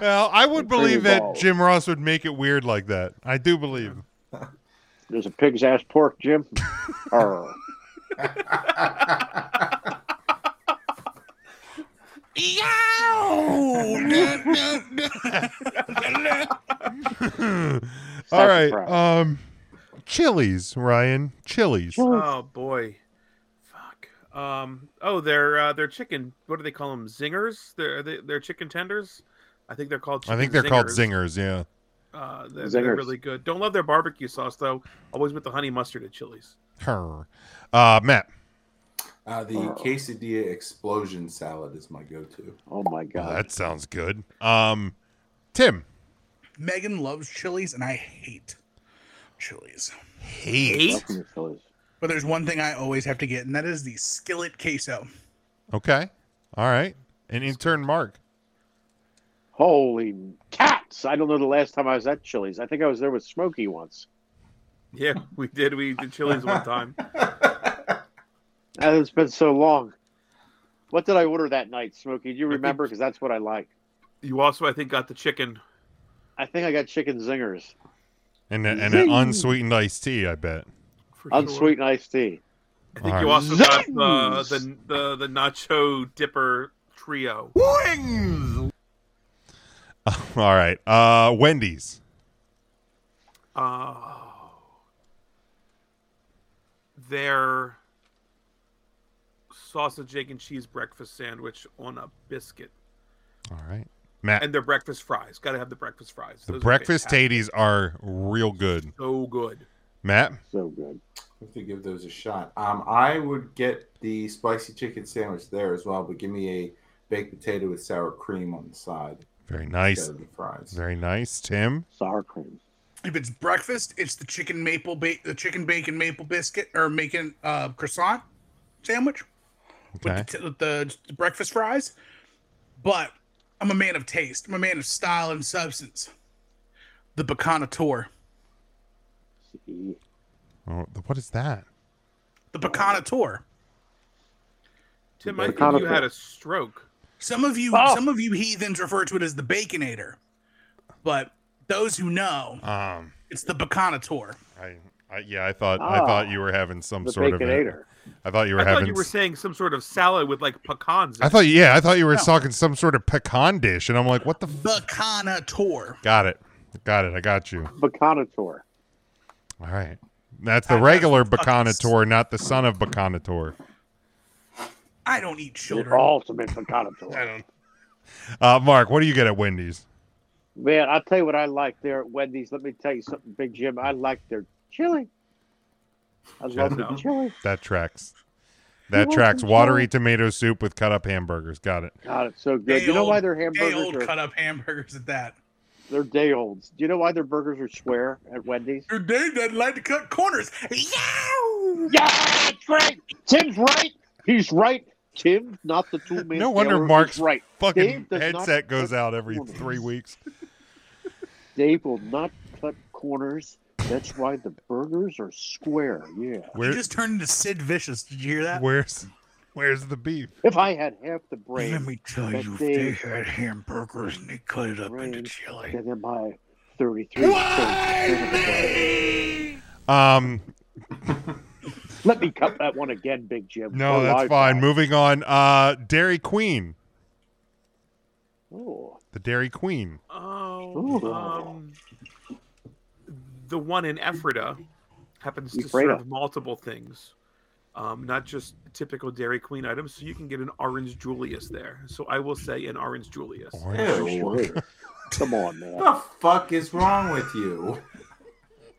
Well, I would
Pretty
believe that
wild.
Jim Ross would make it weird like that. I do believe. him.
There's a pig's ass pork, Jim. Brr.
Uh,
All right.
surprise.
Um Chili's, Ryan. Chili's.
Oh boy, fuck. Um. Oh, they're uh, they're chicken. What do they call them? Zingers. They're they, they're chicken tenders. I think they're called.
I
Chicken
think they're called zingers,
zingers.
yeah.
Uh, they're, they're
Zingers.
really good. Don't love their barbecue sauce though. Always with the honey mustard at Chili's.
Her. Uh Matt.
Uh, the
Oh.
quesadilla explosion salad is my go-to.
oh my
Well,
god.
that sounds good. Um Tim.
Megan loves chilies, and I hate chilies.
Hate.
Eight.
Welcome to Phillies.
But there's one thing I always have to get, and that is the skillet queso.
Okay. All right. And intern Mark.
Holy cats! I don't know the last time I was at Chili's. I think I was there with Smokey once.
Yeah, we did. We did Chili's one time.
And it's been so long. What did I order that night, Smokey? Do you remember? Because that's what I like.
You also, I think, got the chicken.
I think I got chicken zingers,
And, a, and an unsweetened iced tea, I bet.
For sure.
unsweetened iced tea.
I think
All
you
right.
also got uh, the the the nacho dipper trio.
All right. Uh Wendy's.
Uh, their sausage, egg, and cheese breakfast sandwich on a biscuit,
All right. Matt.
and their breakfast fries. Got to have the breakfast fries.
the
Those are
breakfast
fantastic.
taties are real good.
so good.
Matt.
So good.
We have to give those a shot. Um, I would get the spicy chicken sandwich there as well, but give me a baked potato with sour cream on the side
Very nice.
instead of the fries.
Very nice, Tim.
Sour cream.
If it's breakfast, it's the chicken maple ba- the chicken bacon maple biscuit or making uh, croissant sandwich with,
Okay.
the, t- with the, the breakfast fries. But I'm a man of taste. I'm a man of style and substance. The Bacanator.
See?
Oh, th- what is that?
The Bacanator.
Tim, I think
Bacon.
you had a stroke.
Some of you,
Oh.
some of you heathens refer to it as the Baconator, but those who know,
Um,
it's the Bacanator.
I, I yeah, I thought I thought
Ah,
you were having some
The
sort of. A,
baconator.
I thought you were
I
having.
thought you were
s-
saying some sort of salad with like pecans. in
I
it.
thought yeah, I thought you were
No.
talking some sort of pecan dish, and I'm like, what the? F-?
Bacanator.
Got it, got it. I got you.
Bacanator.
All right, that's the
I-
regular
that's-
bacanator, not the son of bacanator.
I don't eat
The
children.
ultimate Bacanator.
don't. Uh, Mark, what do you get at Wendy's?
Man, I'll tell you what I like there at Wendy's. Let me tell you something, Big Jim. I like their chili. I love
No.
the chili.
That tracks. That
want
tracks.
some
Watery
chili?
tomato soup with cut up hamburgers. Got it.
God, it's so good.
Day
you know why
old-
their
Day
hamburgers
old
are
cut up hamburgers at that.
they're day olds? Do you know why their burgers are square at Wendy's?
Your Dave doesn't like to cut corners. Yow!
Yeah, that's right. Tim's right. He's right. Tim, not the two man.
No wonder Mark's
right.
Fucking
Dave does not
headset goes
cut
out every
corners.
three weeks.
Dave will not cut corners. That's why the burgers are square. Yeah.
You
Where,
just turned into Sid Vicious. Did you hear that?
where's where's the beef?
If I had half the brain
tell
But they-
had hamburgers and they cut it
Right.
chili.
than my 33 cents.
Um,
Let me cut that one again, Big Jim.
no,
Oh,
that's
I-
fine. Moving on. Uh, Dairy Queen,
Oh,
the Dairy Queen.
Oh,
Ooh.
um, the one in Ephrata happens to
Ephrata.
serve multiple things, um, not just typical Dairy Queen items. So you can get an orange Julius there. So I will say an orange Julius.
Orange.
Ew.
sure. Come on, man.
What the fuck is wrong with you?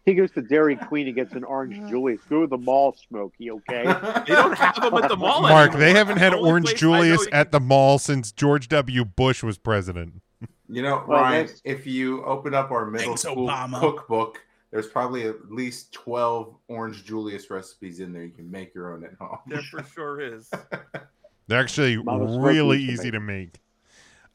He goes to Dairy Queen and gets an orange Julius. Go to the mall, Smokey, okay?
They don't have them at the mall.
Mark,
anymore.
they haven't had
The only
Orange
place I know
Julius
you
at the mall since George W. Bush was president.
You know,
Well,
Ryan,
that's-
if you open up our middle
Thanks,
school
Obama.
cookbook, there's probably at least 12 Orange Julius recipes in there. You can make your own at home.
There for sure is.
They're actually
Not as
really
smoky to
easy to make.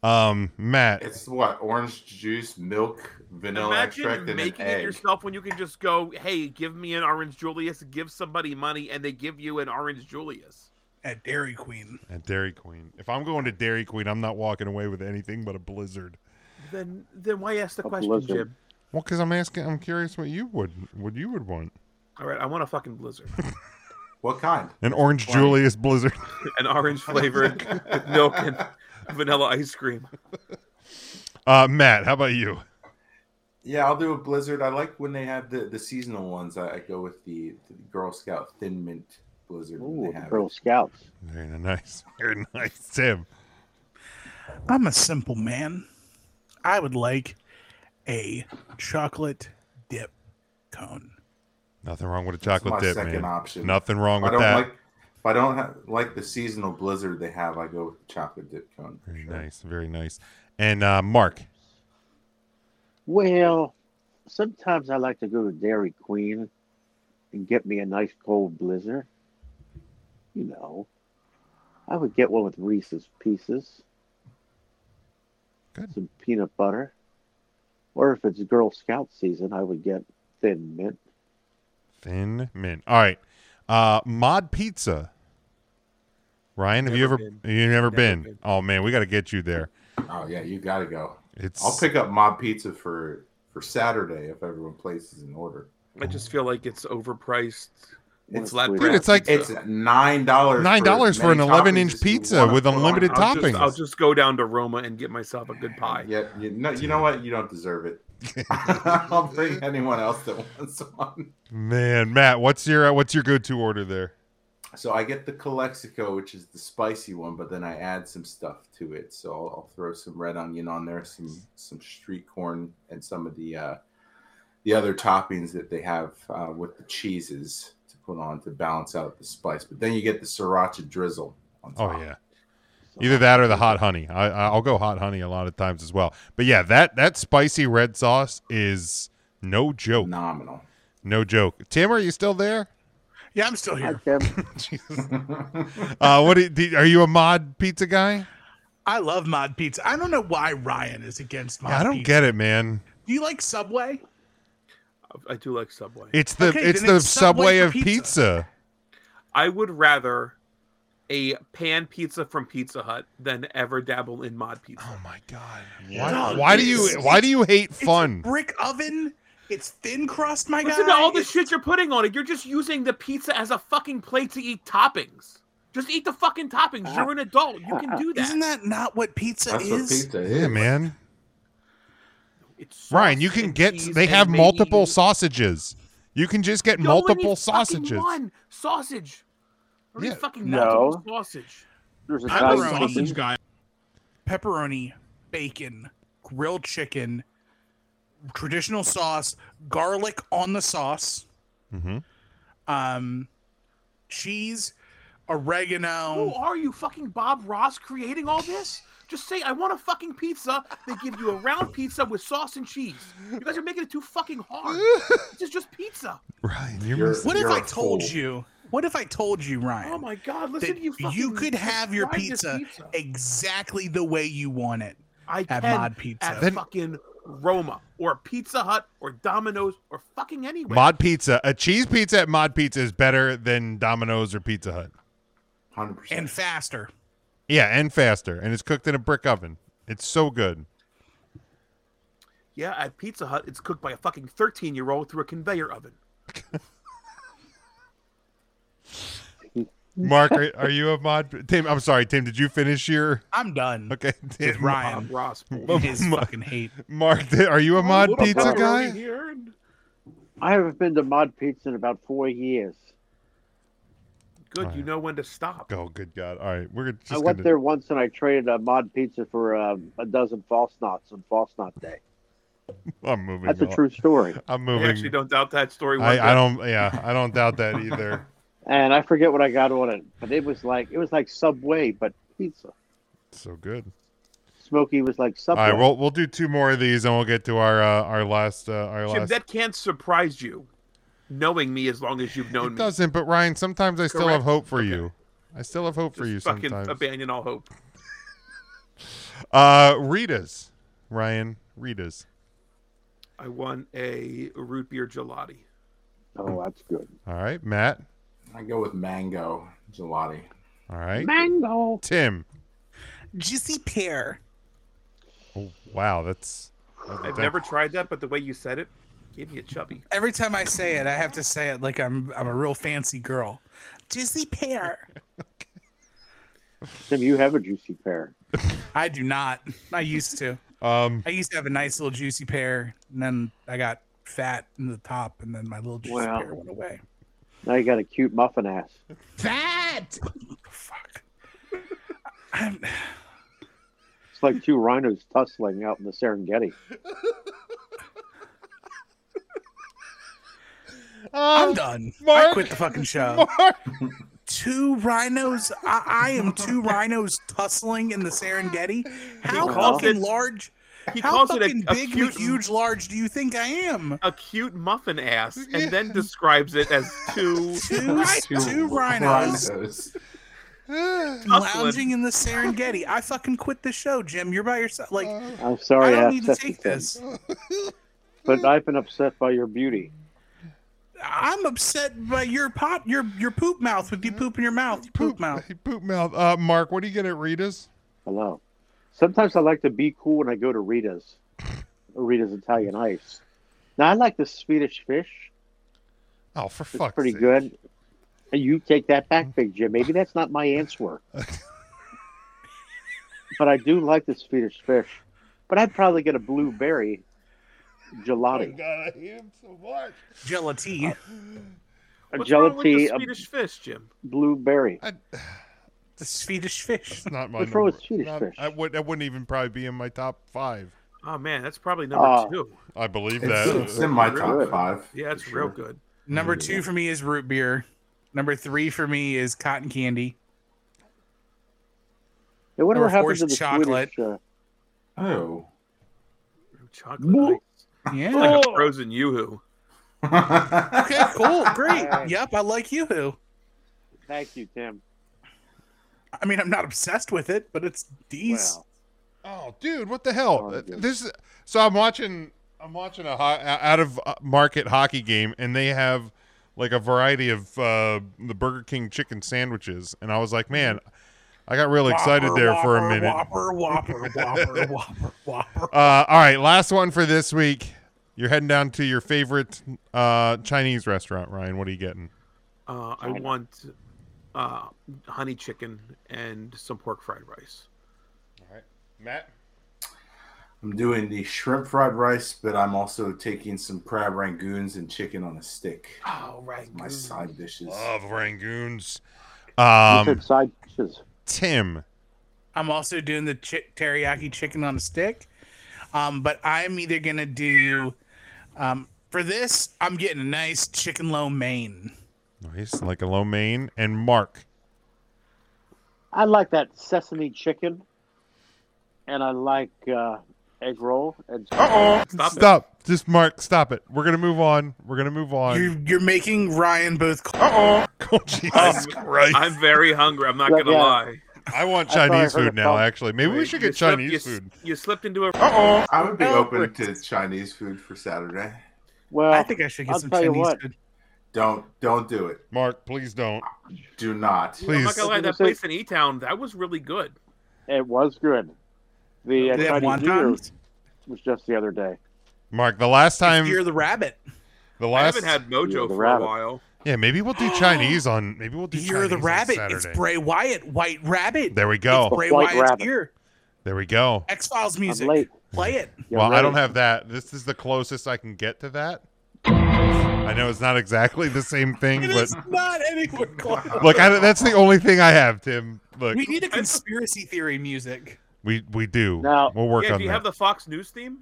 Um, Matt,
It's what? Orange juice, milk, vanilla extract,
Imagine
and an
making it
egg.
yourself when you can just go, "Hey, give me an orange Julius." Give somebody money, and they give you an orange Julius.
at Dairy Queen.
At Dairy Queen. If I'm going to Dairy Queen, I'm not walking away with anything but a blizzard.
Then then why ask the
A
question,
blizzard.
Jim?
Well, because I'm asking, I'm curious what you would, what you would want.
All right, I want a fucking blizzard,
What kind?
An orange
Why?
Julius blizzard.
an orange flavored with milk and vanilla ice cream.
Uh, Matt, how about you?
Yeah, I'll do a blizzard. I like when they have the, the seasonal ones. I, I go with the, the Girl Scout Thin Mint blizzard. when
Ooh,
they have it.
Girl Scouts.
Very nice. Very nice, Tim.
I'm a simple man. I would like a chocolate dip cone.
Nothing wrong with a
That's
chocolate
my
dip,
second
man.
option.
Nothing wrong
If I
with
don't
that.
like if I don't ha- like the seasonal blizzard they have, I go with the chocolate dip cone. for
Very
sure.
nice. Very nice. And uh, Mark,
Well, sometimes I like to go to Dairy Queen and get me a nice cold blizzard. You know, I would get one with Reese's Pieces.
Good.
Some peanut butter. Or if it's Girl Scout season, I would get Thin Mint.
Thin Mint. All right. Uh, Mod Pizza. Ryan, have you
Never
ever
been.
you never,
Never
been.
been.
Oh man, we got to get you there.
Oh yeah, you gotta go.
It's
I'll pick up Mob Pizza for for Saturday if everyone places an order.
I just feel like it's overpriced.
One
It's
of
flat
these-
Dude, it's like-
It's nine dollars.
Nine dollars for an 11 inch pizza with unlimited
I'll just, I'll
toppings.
just go down to Roma and get myself a good pie.
Yeah, you, no, you know what? You don't deserve it. I'll bring anyone else that wants one.
man, Matt. What's your uh, what's your go to order there?
So I get the Calexico, which is the spicy one, but then I add some stuff to it. So I'll, I'll throw some red onion on there, some some street corn, and some of the uh, the other toppings that they have uh, with the cheeses to put on to balance out the spice. But then you get the sriracha drizzle. On
Oh
top.
yeah, either that or the hot honey. I I'll go hot honey a lot of times as well. But yeah, that that spicy red sauce is no joke.
phenomenal.
No joke. Tim, are you still there?
Yeah, I'm still
Hi,
here.
Tim.
Jesus. uh, what do you- do, are you a mod pizza guy?
I love mod pizza. I don't know why Ryan is against mod
Yeah, I don't
pizza.
get it, man.
Do you like Subway?
I do like Subway.
It's the
Okay,
it's
then
the
it's Subway
subway,
for
of pizza.
pizza.
I would rather a pan pizza from Pizza Hut than ever dabble in mod pizza.
Oh my god!
Yeah.
Why,
Dog,
why do you
it's-
why do you hate
It's a
fun?
brick oven. It's thin crust, my guy.
Listen to all the
It's-
shit you're putting on it. You're just using the pizza as a fucking plate to eat toppings. Just eat the fucking toppings. You're an adult. You can do that.
Isn't that not what pizza
That's what
is?
pizza is.
Yeah, man.
It's sauce
Ryan, you can
and
get
cheese
they
and
have
maybe
multiple
you-
sausages. You can just get
You only need
multiple
fucking
sausages.
One sausage. Or
Yeah.
fucking
No.
multiple sausage.
There's a
I'm a
Italian
sausage
sausage.
guy. Pepperoni, bacon, grilled chicken, traditional sauce, garlic on the sauce,
hmm
um, cheese,
Who
oregano.
are you, fucking Bob Ross, creating all this? Just say I want a fucking pizza. They give you a round pizza with sauce and cheese. You guys are making it too fucking hard. This is just pizza.
Ryan, you're,
You're-
missing-
What if
You're
I
a
told
fool.
you? What if I told you, Ryan,
Oh my god, listen
that
to you. Fucking
you could have your
describe this
pizza, exactly the way you want it
I
at
can
Mod Pizza?
at
Then-
fucking Roma or Pizza Hut or Domino's or fucking anywhere.
mod pizza. A cheese pizza at mod pizza is better than Domino's or Pizza Hut.
Hundred percent.
and faster.
Yeah, and faster, and it's cooked in a brick oven. It's so good.
yeah, at Pizza Hut, it's cooked by a fucking thirteen-year-old through a conveyor oven.
Mark, are, are you a mod? Tim, I'm sorry, Tim. Did you finish your?
I'm done.
Okay,
With
Tim.
Ryan,
Bob Ross.
and his
Oh
fucking hate.
Mark, di- are you a mod
What
a
pizza
pepperoni
guy?
Here and-
I haven't been to Mod Pizza in about four years.
Good,
Alright.
you know when to stop.
Oh, good God! All right, we're just
I
gonna.
went there once and I traded a Mod Pizza for um, a dozen false knots on False Knot Day.
I'm moving.
That's a
on.
true story.
I'm
I
moving.
actually don't doubt that story. one
I, I
bit.
don't. Yeah, I don't doubt that either.
and I forget what I got on it, but it was like it was like Subway but pizza.
so good.
Smokey was like
All
Subway.
right, we'll we'll do two more of these, and we'll get to our uh, our last uh, our
Jim,
last.
that can't surprise you, knowing me as long as you've known
it
me.
doesn't. But Ryan, sometimes I still have
Correct.
hope for
Okay.
you. I still have hope
Just
for you
fucking
sometimes.
abandon all hope.
Uh, Rita's, Ryan, Rita's.
I want a root beer gelati.
oh, that's good.
All right, Matt.
I go with mango gelati.
All right.
Mango.
Tim.
Juicy pear.
Oh, wow, that's.
I've never tried that, but the way you said it gave me a chubby.
Every time I say it, I have to say it like I'm I'm a real fancy girl. Juicy pear.
Tim, you have a juicy pear.
I do not. I used to.
Um,
I used to have a nice little juicy pear, and then I got fat in the top, and then my little juicy
Wow.
pear went away.
Now you got a cute muffin ass.
Fat. Fuck. I'm,
It's like two rhinos tussling out in the Serengeti.
I'm
um,
done. I
Mark?
quit the fucking show.
Mark,
Two rhinos. I, I am two rhinos tussling in the Serengeti. How
calls
fucking
it-
large?
He
How
calls it a,
fucking
a
big,
cute,
huge, large do you think I am?
a cute muffin ass,
Yeah.
and then describes it as two.
Two, two rhinos
rhinos.
lounging in the Serengeti. I fucking quit the show, Jim. You're by yourself. Like
I'm sorry,
I don't
I
need to
upset you,
take
Tim,
this.
But I've been upset by your beauty.
I'm upset by your pop, your your poop mouth with you poop in your mouth. You poop mouth.
Poop mouth. Uh, Mark, what are you gonna read us?
Hello. Sometimes I like to be cool when I go to Rita's, or Rita's Italian Ice. Now I like the Swedish fish.
Oh, for
It's
fuck's
pretty
sake. Mm-hmm.
good. And You take that back, Big Jim. Maybe that's not my answer. but I do like the Swedish fish. But I'd probably get a blueberry
Oh,
gelati,
God, I hate him so much.
Gelatine.
a
What's wrong with
gelati,
the
a
Swedish fish, Jim?
blueberry.
I,
The Swedish fish.
it's not my.
Let's roll with
number.
Swedish
Not-
fish.
I would. That wouldn't even probably be in my top five.
Oh man, that's probably number
Ah.
two.
I believe
It's,
that.
it's in my top
Good.
five.
Yeah, it's
for
real
sure.
good.
Number two for me is root beer. Number three for me is cotton candy.
Now, whatever
Or
happened to
forced
the
chocolate.
Swedish? Uh,
Oh.
Chocolate
Moo.
ice. It's
Yeah.
like a frozen yoo-hoo.
Oh.
Okay, cool, great.
Alright.
Yep, I like YooHoo.
thank you, Tim.
I mean, I'm not obsessed with it, but it's decent.
Wow.
Oh, dude, what the hell?
Oh,
Uh,
dude.
This is- so I'm watching I'm watching a out of uh, market hockey game and they have like a variety of uh, the Burger King chicken sandwiches and I was like, man, I got real excited there for a minute.
Whopper, whopper, whopper, whopper, whopper.
Uh, all right, last one for this week. You're heading down to your favorite uh, Chinese restaurant, Ryan. What are you getting?
Uh, I
China.
want uh, honey chicken and some pork fried rice.
All right, Matt.
I'm doing the shrimp fried rice, but I'm also taking some crab rangoons and chicken on a stick.
Oh right,
My
Mm.
side dishes.
Oh,
Love rangoons.
You
Um,
said side dishes.
Tim.
I'm also doing the chi- teriyaki chicken on a stick, um, but I'm either gonna do um, for this. I'm getting a nice chicken lo mein.
Nice, like a lo mein. And Mark.
I like that sesame chicken, and I like uh, egg roll. And
Oh,
Stop, it.
Stop. Just Mark, stop it. We're gonna move on. We're gonna move on.
You're, you're making Ryan both. Call-
oh Jesus
I'm-
Christ! i
I'm very hungry. I'm not
Yeah,
gonna
yeah.
lie.
want
I thought I
Chinese
heard a
food now.
thump.
Actually, maybe we
Wait,
should
you
get
slipped-
Chinese
you s-
food.
You slipped into a.
I would be
Oh,
open
right.
to Chinese food for Saturday.
well,
I think I should get
Oh, I'll
some
tell you
Chinese
what.
food.
Don't don't do it.
Mark, please don't.
Do not.
I'm
Please.
not gonna lie. That place in E Town, that was really good.
it was good. The uh,
They have
Chinese New Year
wontons.
was just the other day.
Mark, the last time,
You're the rabbit.
the
I
last,
haven't had
You're
Mojo
the
for
rabbit.
a while.
yeah, maybe we'll do Chinese on. Maybe we'll do.
You're the
Chinese on
rabbit. It's
Saturday.
Bray Wyatt, White Rabbit.
there we
It's
go.
Bray
White
Wyatt's
Rabbit.
here.
There we go.
X Files music.
late.
Play it.
You're
well, I
right.
don't have that. This is the closest I can get to that. I know it's not exactly the same thing,
It
but
is not anywhere close.
look, I, that's the only thing I have, Tim. Look,
We need a conspiracy theory music.
we we do.
Now-
we'll work
yeah,
on
do you
that.
have the Fox News theme?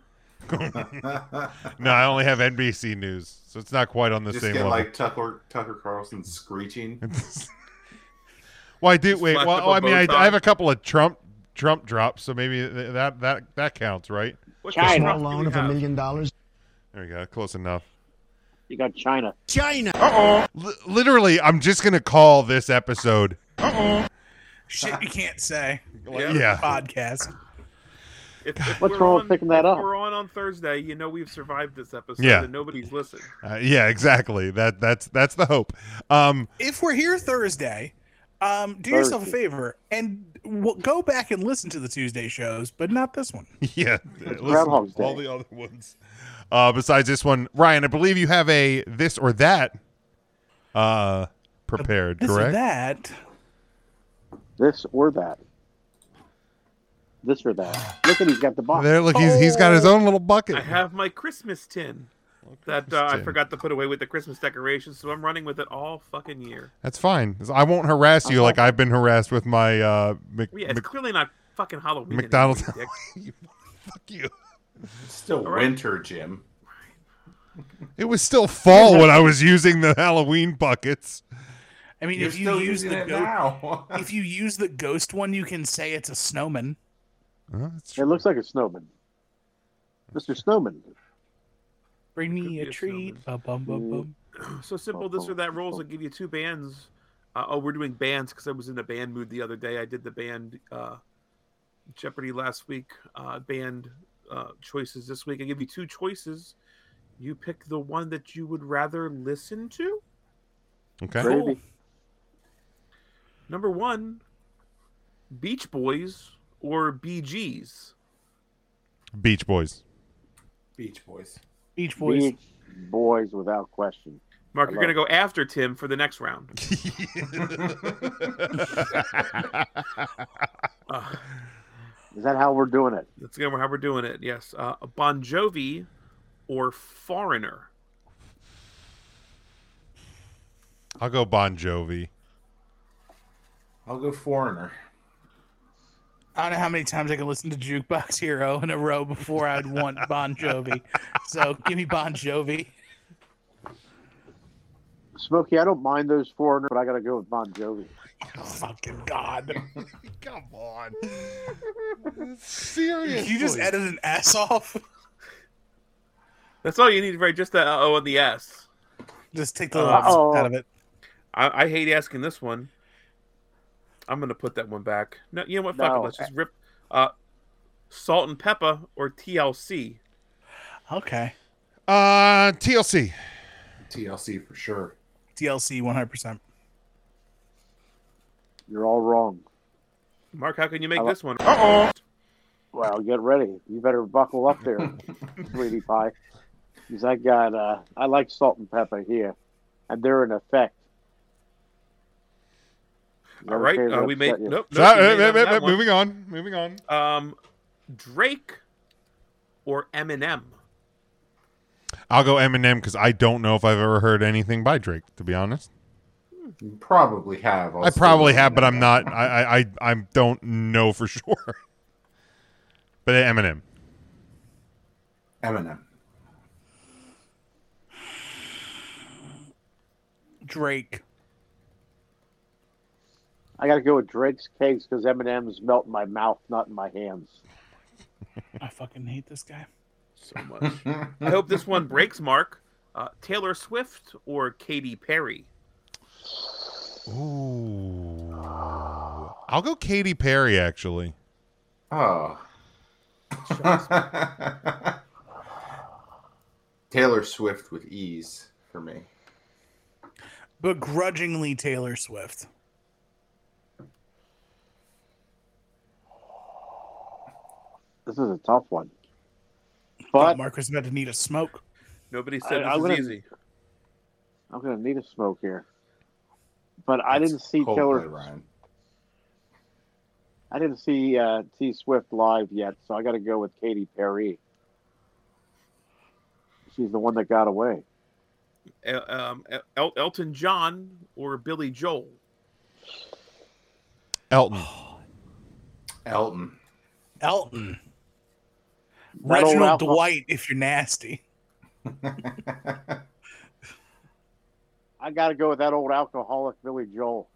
No, I only have NBC News, so it's not quite on the
Just
same
get
level.
like Tucker Tucker Carlson screeching.
well, I do.
Just
Wait.
slapped up
Well,
a
I mean, I,
bow tie.
I have a couple of Trump Trump drops, so maybe th- that that that counts, right?
What
China.
kind of
loan
loan
of a million dollars.
There we go. Close enough.
You got China.
China.
L- literally, I'm just gonna call this episode.
Shit you can't say.
Yeah.
Yeah.
Podcast.
If, if
What's
we're
wrong with
on,
picking that
if
up?
We're on on Thursday. You know we've survived this episode,
Yeah.
and nobody's listened.
Uh, yeah. Exactly. That that's that's the hope. Um.
If we're here Thursday, Um, do yourself a favor and w- go back and listen to the Tuesday shows, but not this one.
yeah, listen to
Groundhog's Day.
all the other ones. Uh, besides this one, Ryan, I believe you have a this or that uh, prepared,
This or
correct?
that.
This or that. This or that. Look at he's got the box.
There, look, he's, he's got his
Oh.
own little bucket.
I have my Christmas tin that uh,
Christmas
I
tin.
forgot to put away with the Christmas decorations, so I'm running with it all fucking year.
That's fine. I won't harass you
Uh-huh.
like I've been harassed with my uh, Mc-
Yeah, it's
Mc-
clearly not fucking Halloween. anymore,
McDonald's.
you dick.
Fuck you.
It's still
right.
winter, Jim.
It was still fall when I was using the Halloween buckets.
I mean,
You're
if you
still
use
using
the
it
go-
now.
if you use the ghost one, you can say it's a snowman.
Huh? Uh, That's
It looks like a snowman. Mr. Snowman.
Bring
Could
me
be
a
a
treat.
snowman.
Bum, bum, bum, bum.
So simple this or that rules. I'll give you two bands. Uh, oh, we're doing bands because I was in the band mood the other day. I did the band uh, Jeopardy last week. Uh, band uh, choices this week. I give you two choices. You pick the one that you would rather listen to.
Okay.
Gravy.
Cool.
Number one, Beach Boys or BGs.
Beach Boys.
Beach Boys.
Beach Boys.
Beach Boys without question.
Mark,
I
you're gonna go after Tim for the next round. Uh,
Is that how we're doing it?
that's again how we're doing it. Yes, uh, Bon Jovi or Foreigner.
I'll go Bon Jovi.
I'll go Foreigner.
I don't know how many times I can listen to Jukebox Hero in a row before I'd want Bon Jovi. So give me Bon Jovi.
Smokey, I don't mind those foreigners, but I got to go with Bon Jovi.
Fucking God.
Come on. Seriously.
You just edited an S off.
That's all you need, right? Just the O and the S.
Just take the
Uh-oh.
letters out of it.
I, I hate asking this one. I'm gonna put that one back. No, you know what? Fuck
No.
it. Let's just rip. Uh, Salt and Peppa or TLC.
Okay.
Uh, TLC.
TLC for sure.
DLC 100%.
You're all wrong.
Mark, how can you make
I li-
this one? Uh
Well, get ready. You better buckle up there, sweetie pie. Because I got, uh, I like salt and pepper here, and they're in effect.
All right.
Okay,
Uh, we made
upset you.
nope.
So,
nope, we
uh,
made
uh,
that-
uh,
that one.
moving on. Moving on.
Um, Drake or Eminem.
I'll go Eminem because I don't know if I've ever heard anything by Drake. To be honest,
You probably have. I'll
I
still
probably
let
have,
you
but
know.
I'm not. I I I, I don't know for sure. but Eminem.
Eminem.
Drake.
I got to go with Drake's cakes because M&M's melt in my mouth, not in my hands.
I fucking hate this guy.
So much. I hope this one breaks, Mark. Uh, Taylor Swift or Katy Perry.
Ooh. I'll go Katy Perry actually.
Oh. Taylor Swift with ease for me.
Begrudgingly Taylor Swift.
This is a tough one.
But
But
Marcus about to need a smoke.
Nobody said
I- I
this
would've-
is easy.
I'm going to need a smoke here. But I
That's
didn't see
Coldplay,
Taylor.
Ryan.
I didn't see uh, T Swift live yet, so I got to go with Katy Perry. She's the one that got away.
El- um, El- Elton John or Billy Joel.
Elton.
Elton.
Elton.
Mm.
That old
Reginald
Alpha-
Dwight, if you're nasty.
I got to go with that old alcoholic Billy Joel.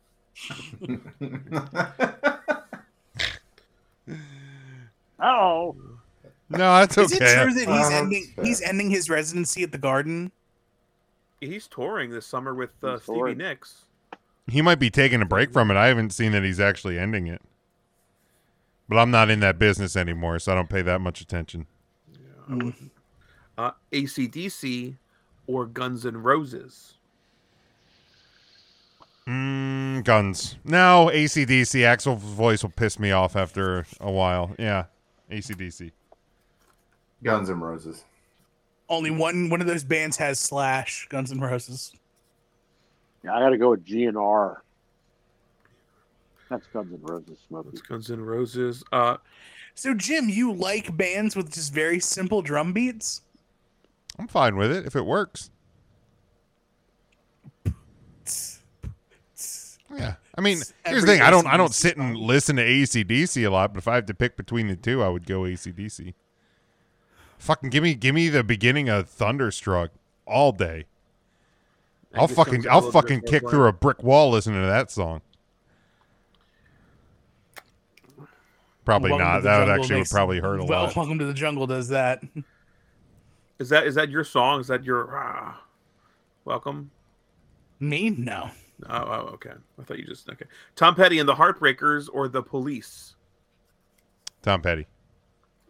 Oh,
No, that's
Is
okay.
it true that he's
Uh,
ending
fair.
he's ending his residency at the Garden?
He's touring this summer with uh,
He's
Stevie
touring.
Nicks.
He might be taking a break from it. I haven't seen that he's actually ending it. But I'm not in that business anymore, so I don't pay that much attention. Mm.
Uh, ACDC or Guns N' Roses.
Mm, guns. No, ACDC. Axel's voice will piss me off after a while. Yeah, ACDC.
Guns and Roses.
Only one one of those bands has Slash, Guns N' Roses.
I got to go with GNR. That's Guns N' Roses, Smokey.
It's Guns N' Roses. Uh,
So Jim, you like bands with just very simple drum beats?
I'm fine with it if it works. Yeah, I mean, here's the thing. I don't. I don't sit and listen to ACDC a lot, but if I have to pick between the two, I would go ACDC. Fucking give me, give me the beginning of Thunderstruck all day. I'll
Angus
fucking,
Young's
I'll
Bullet
fucking
Drift
kick
Airplane.
through a brick wall listening to that song. Probably
Welcome
not.
to the
That would
Jungle
actually would
makes-
probably hurt a
well,
lot.
Welcome to the Jungle does that.
Is that is that your song? Is that your ah, welcome?
Me? No.
Oh, oh, okay. I thought you just okay. Tom Petty and the Heartbreakers or the Police?
Tom Petty.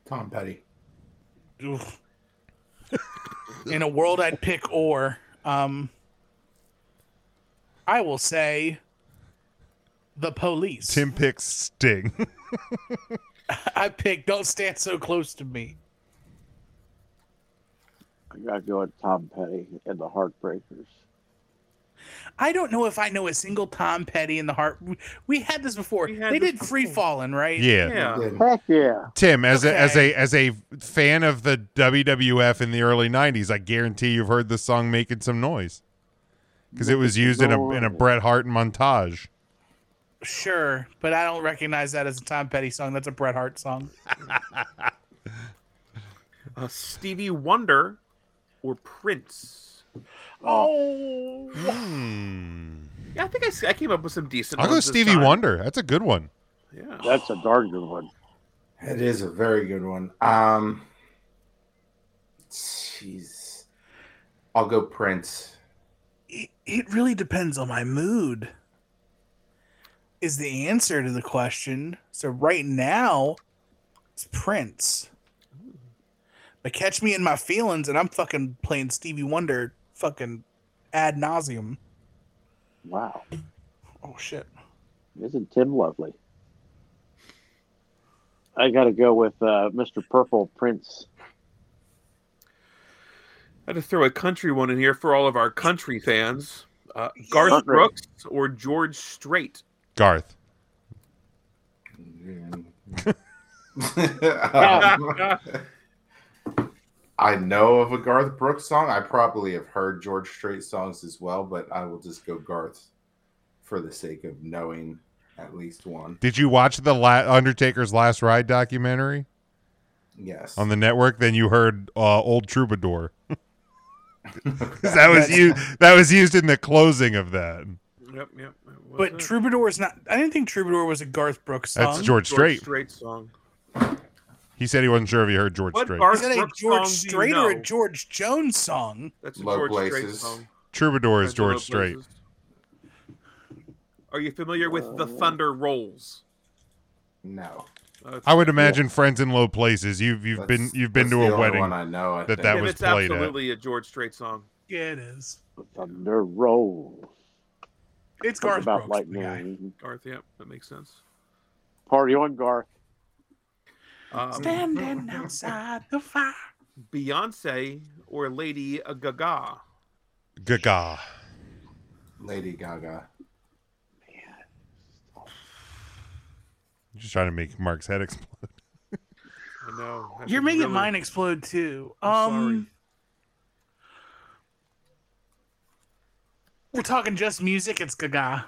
Tom Petty.
Oof. In a world I'd pick or um I will say the police.
Tim picks Sting.
I pick don't stand so close to me.
I got to go with Tom Petty and the Heartbreakers.
I don't know if I know a single Tom Petty in the heart. we- We had this before.
We had
they
this
did free falling, right?
yeah.
Yeah.
Heck yeah.
Tim, as a as
Okay.
a as a fan of the WWF in the early '90s, I guarantee you've heard the song "Making Some Noise" because it was used in a in a Bret Hart montage.
Sure, but I don't recognize that as a Tom Petty song. That's a Bret Hart song.
Uh, Stevie Wonder or Prince?
Oh, Hmm.
Yeah, I think I, s- I came up with some decent.
I'll go
ones this
Stevie
time.
Wonder. That's a good one.
Yeah.
That's a darn good one.
That is a very good one. Um, jeez, I'll go Prince.
it, it really depends on my mood. Is the answer to the question. So right now, it's Prince. But catch me in my feelings, and I'm fucking playing Stevie Wonder, fucking ad nauseum.
Wow.
Oh shit.
Isn't Tim lovely? I got to go with uh, Mr. Purple Prince.
I had to throw a country one in here for all of our country fans. Uh,
Country.
Garth Brooks or George Strait?
Garth. Oh.
Um, I know of a Garth Brooks song. I probably have heard George Strait songs as well, but I will just go Garth for the sake of knowing at least one.
Did you watch the la- Undertaker's Last Ride documentary
Yes.
on the network? Then you heard uh, "Old Troubadour." 'Cause that was you. That was used in the closing of that.
Yep, yep. that was
But
it.
Troubadour is not. I didn't think Troubadour was a Garth Brooks song.
That's George
George
Strait.
Strait song.
He said he wasn't sure if he heard George
What
Strait.
Garth
Is that a
Brooks
George
song do you
Strait or a
know?
George Jones song?
That's a
Low
George Strait
Places.
song.
Troubadour is
That's a Low
George Strait.
Places. Are you familiar with the Thunder Rolls?
no.
Uh,
I would imagine friends in low places. You've you've been
That's-
you've been
that's
to
the
a
only
wedding.
One I know. I
that
think.
that
yeah,
was
it's
played at.
absolutely a George Strait song.
Yeah, it is.
Thunder Rolls.
It's
Something
Garth
about
Brooks. the guy.
lightning.
Garth, yeah, that makes sense.
Party on Garth.
Um,
Standing outside the fire.
Beyonce or Lady Gaga?
Gaga.
Lady Gaga.
Just trying to make Mark's head explode.
I know. that's
You're
a
making
really-
mine explode too.
I'm
um,
sorry.
we're talking just music. It's Gaga.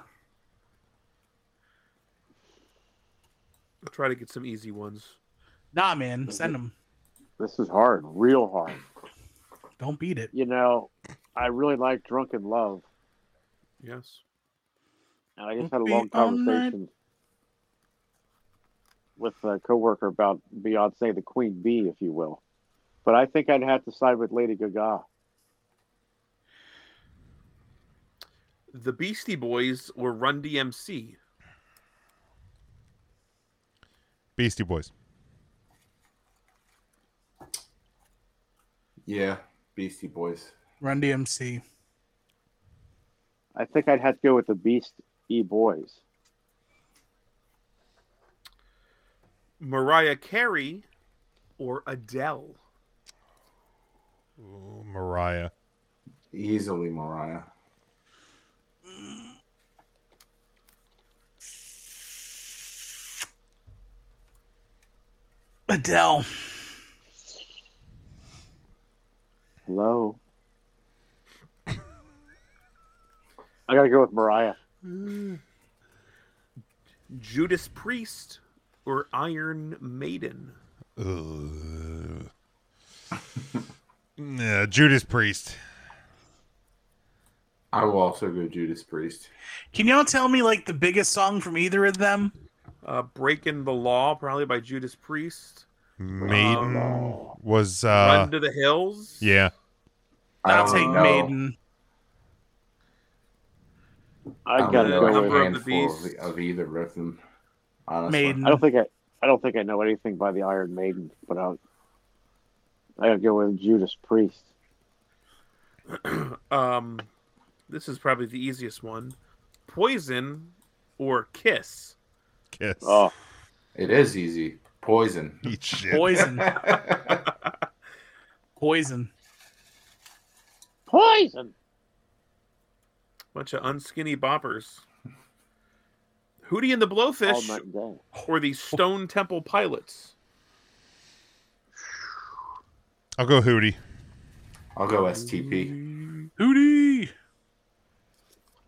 I'll try to get some easy ones.
Nah, man, send them.
This is hard, real hard.
Don't beat it.
You know, I really like Drunken Love,
Yes.
and I just had a
Be
long
all night.
conversation with a coworker about Beyonce, the Queen Bee, if you will. But I think I'd have to side with Lady Gaga.
The Beastie Boys or Run DMC?
Beastie Boys.
Yeah. Beastie Boys.
Run DMC.
I think I'd have to go with the Beast E Boys.
Mariah Carey or Adele?
Ooh, Mariah.
Easily Mariah.
Adele.
Hello. I gotta go with Mariah.
Judas Priest or Iron Maiden?
Ugh. yeah, Judas Priest.
I will also go Judas Priest.
Can y'all tell me like the biggest song from either of them?
Uh, Breaking the Law, probably by Judas Priest.
Maiden
Um,
was
Run
uh
to the Hills.
yeah.
I
I'll
don't
take
know.
Maiden.
I
Oh,
don't
gotta
know
go
a
with-
go with.
Number of the
handful of,
Beast.
of either of them. Honestly.
Maiden.
I don't think I. I don't think I know anything by the Iron Maiden, but I'll. I gotta go with Judas Priest.
um, this is probably the easiest one. Poison or Kiss?
Kiss.
Oh,
It is easy. Poison.
Eat shit.
Poison. Poison.
poison!
Bunch of unskinny boppers. Hootie and the
All
Blowfish
night and day.
or the Stone Temple Pilots?
I'll go Hootie.
I'll go STP.
Hootie.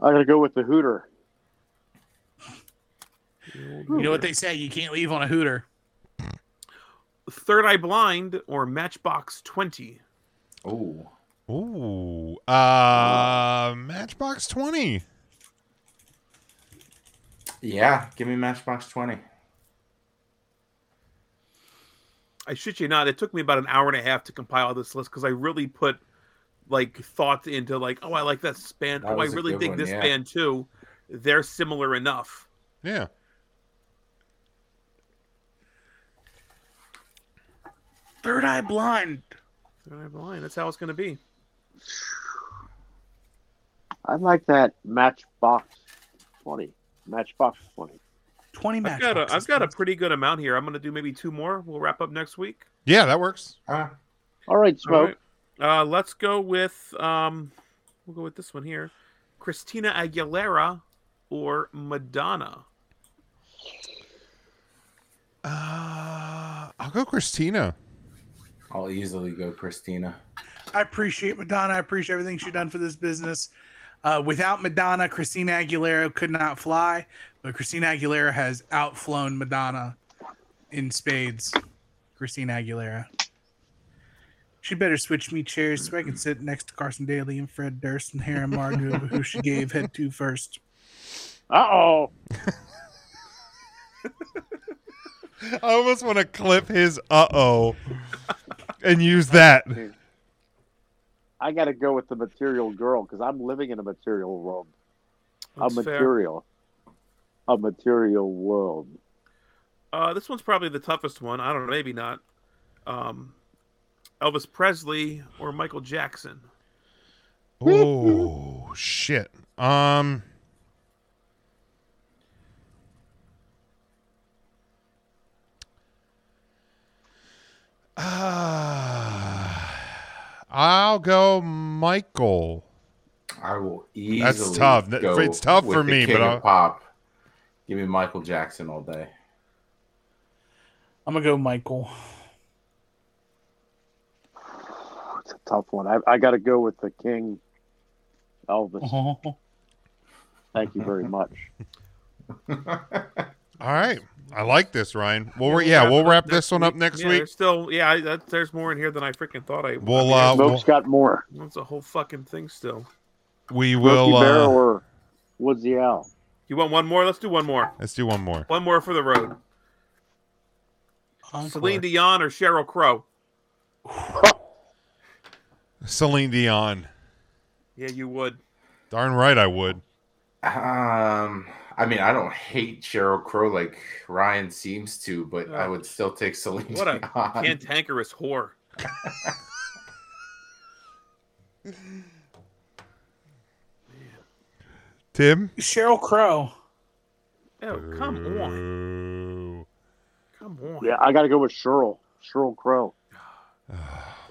I gotta go with the Hooter.
You know what they say? You can't leave on a hooter.
Third Eye Blind or Matchbox 20?
Oh.
Ooh. Uh Matchbox 20.
Yeah, give me Matchbox 20.
I shit you not, it took me about an hour and a half to compile this list because I really put like thought into like, oh, I like that band.
That
oh, I
was a
really
good
dig
one,
this
yeah.
band too. They're similar enough.
Yeah.
Third Eye Blind.
Third Eye Blind. That's how it's going to be.
I like that Matchbox 20. Matchbox 20.
20
I've
matches.
got a, I've got a pretty good amount here. I'm going to do maybe two more. We'll wrap up next week.
Yeah, that works.
Ah,
All right,
All
Smoke.
right. Uh, let's go with um, we'll go with this one here, Christina Aguilera or Madonna.
Uh I'll go Christina.
I'll easily go Christina.
I appreciate Madonna. I appreciate everything she's done for this business. Uh, without Madonna, Christina Aguilera could not fly, but Christina Aguilera has outflown Madonna in spades. Christina Aguilera. She better switch me chairs so I can sit next to Carson Daly and Fred Durst and Harry Margot, who she gave head to first.
Uh oh.
I almost want to clip his uh-oh and use that.
I gotta go with the material girl because I'm living in a material world.
That's
a
fair.
material. A material world.
Uh, this one's probably the toughest one. I don't know, maybe not. Um, Elvis Presley or Michael Jackson.
Oh shit. Um Ah, I'll go Michael.
I will easily.
tough. That-
go
it's tough
with
for
the
me,
King
but
of
I'll-
pop. Give me Michael Jackson all day.
I'm going to go Michael.
It's a tough one. I, I gotta go with the King Elvis. Thank you very much.
All right. I like this, Ryan. Well, we're,
We'll
yeah, we'll
it
wrap this one up next
Yeah,
week.
There's still, yeah, I, that, there's more in here than I freaking thought I.
We'll,
I mean,
uh,
Smoke's got more.
that's a whole fucking thing still.
We
Smokey
will
Bear
uh,
or Woodsy Owl.
You want one more? Let's do one more.
let's do one more.
One more for the road.
Encore.
Celine Dion or Cheryl Crow.
Celine Dion.
Yeah, you would.
Darn right I would.
Um, I mean, I don't hate Cheryl Crow like Ryan seems to, but I would still take Celine
What a
Dion.
cantankerous whore.
Tim?
Cheryl Crow.
Oh, come
Mm.
on.
Ooh.
Come on.
Yeah, I got to go with Cheryl. Cheryl Crow.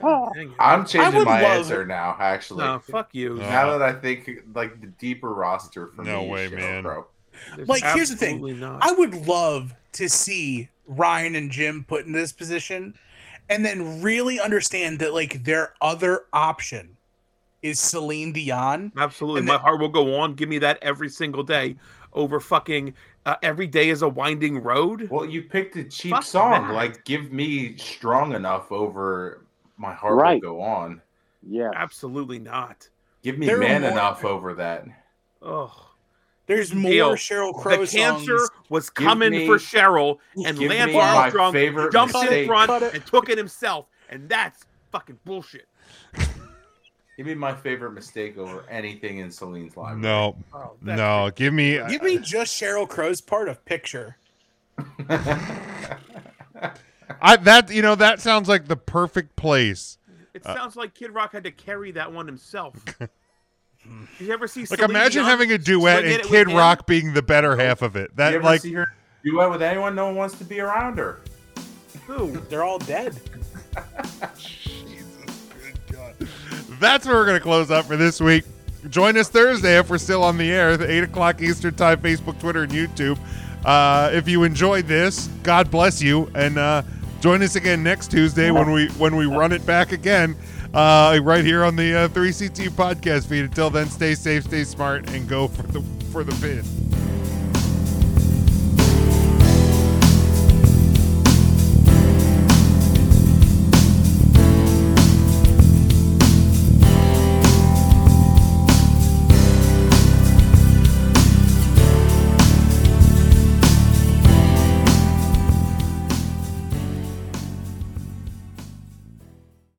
Oh,
Dang it.
I'm changing
would
my
love-
answer now. Actually,
No, fuck you.
No.
now that I think like the deeper roster for
No
me, is
way,
Cheryl
man.
Crow.
There's
Like, here's the thing.
absolutely Not.
I would love to see Ryan and Jim put in this position and then really understand that like their other option is Celine Dion.
Absolutely.
And
My
then-
heart will go on. Give me that every single day over fucking uh, every day is a winding road.
Well, you picked a cheap
Fuck
song.
that.
Like, give me strong enough over my heart
Right.
will go on.
yeah.
Absolutely not.
Give me
There are
man
more-
enough over that.
Oh,
There's more
Yo,
Cheryl Crow
the cancer
songs.
was
Give
coming
me-
for Cheryl, and
give
Lance
me my
Armstrong
favorite
jumped in
mistake.
Cut
front
it.
and took it himself, and that's fucking bullshit.
Give me my favorite mistake over anything in Celine's library.
No,
Oh, that's
no. Give me.
Give me just Cheryl Crow's part of picture.
I that you know that sounds like the perfect place.
It sounds like Kid Rock had to carry that one himself. Did you ever see?
Like
Celine
imagine
Dion
having a duet
swinging
and
it with
Kid
him?
Rock being the better half of it.
you
That
ever
like
see her duet with anyone? No one wants to be around her.
Who?
They're all dead.
that's where we're gonna close up for this week. Join us Thursday if we're still on the air, eight o'clock Eastern time, Facebook, Twitter, and YouTube. Uh, if you enjoyed this, God bless you, and uh, join us again next Tuesday when we when we run it back again, uh, right here on the Three CT podcast feed. Until then, stay safe, stay smart, and go for the for the pin.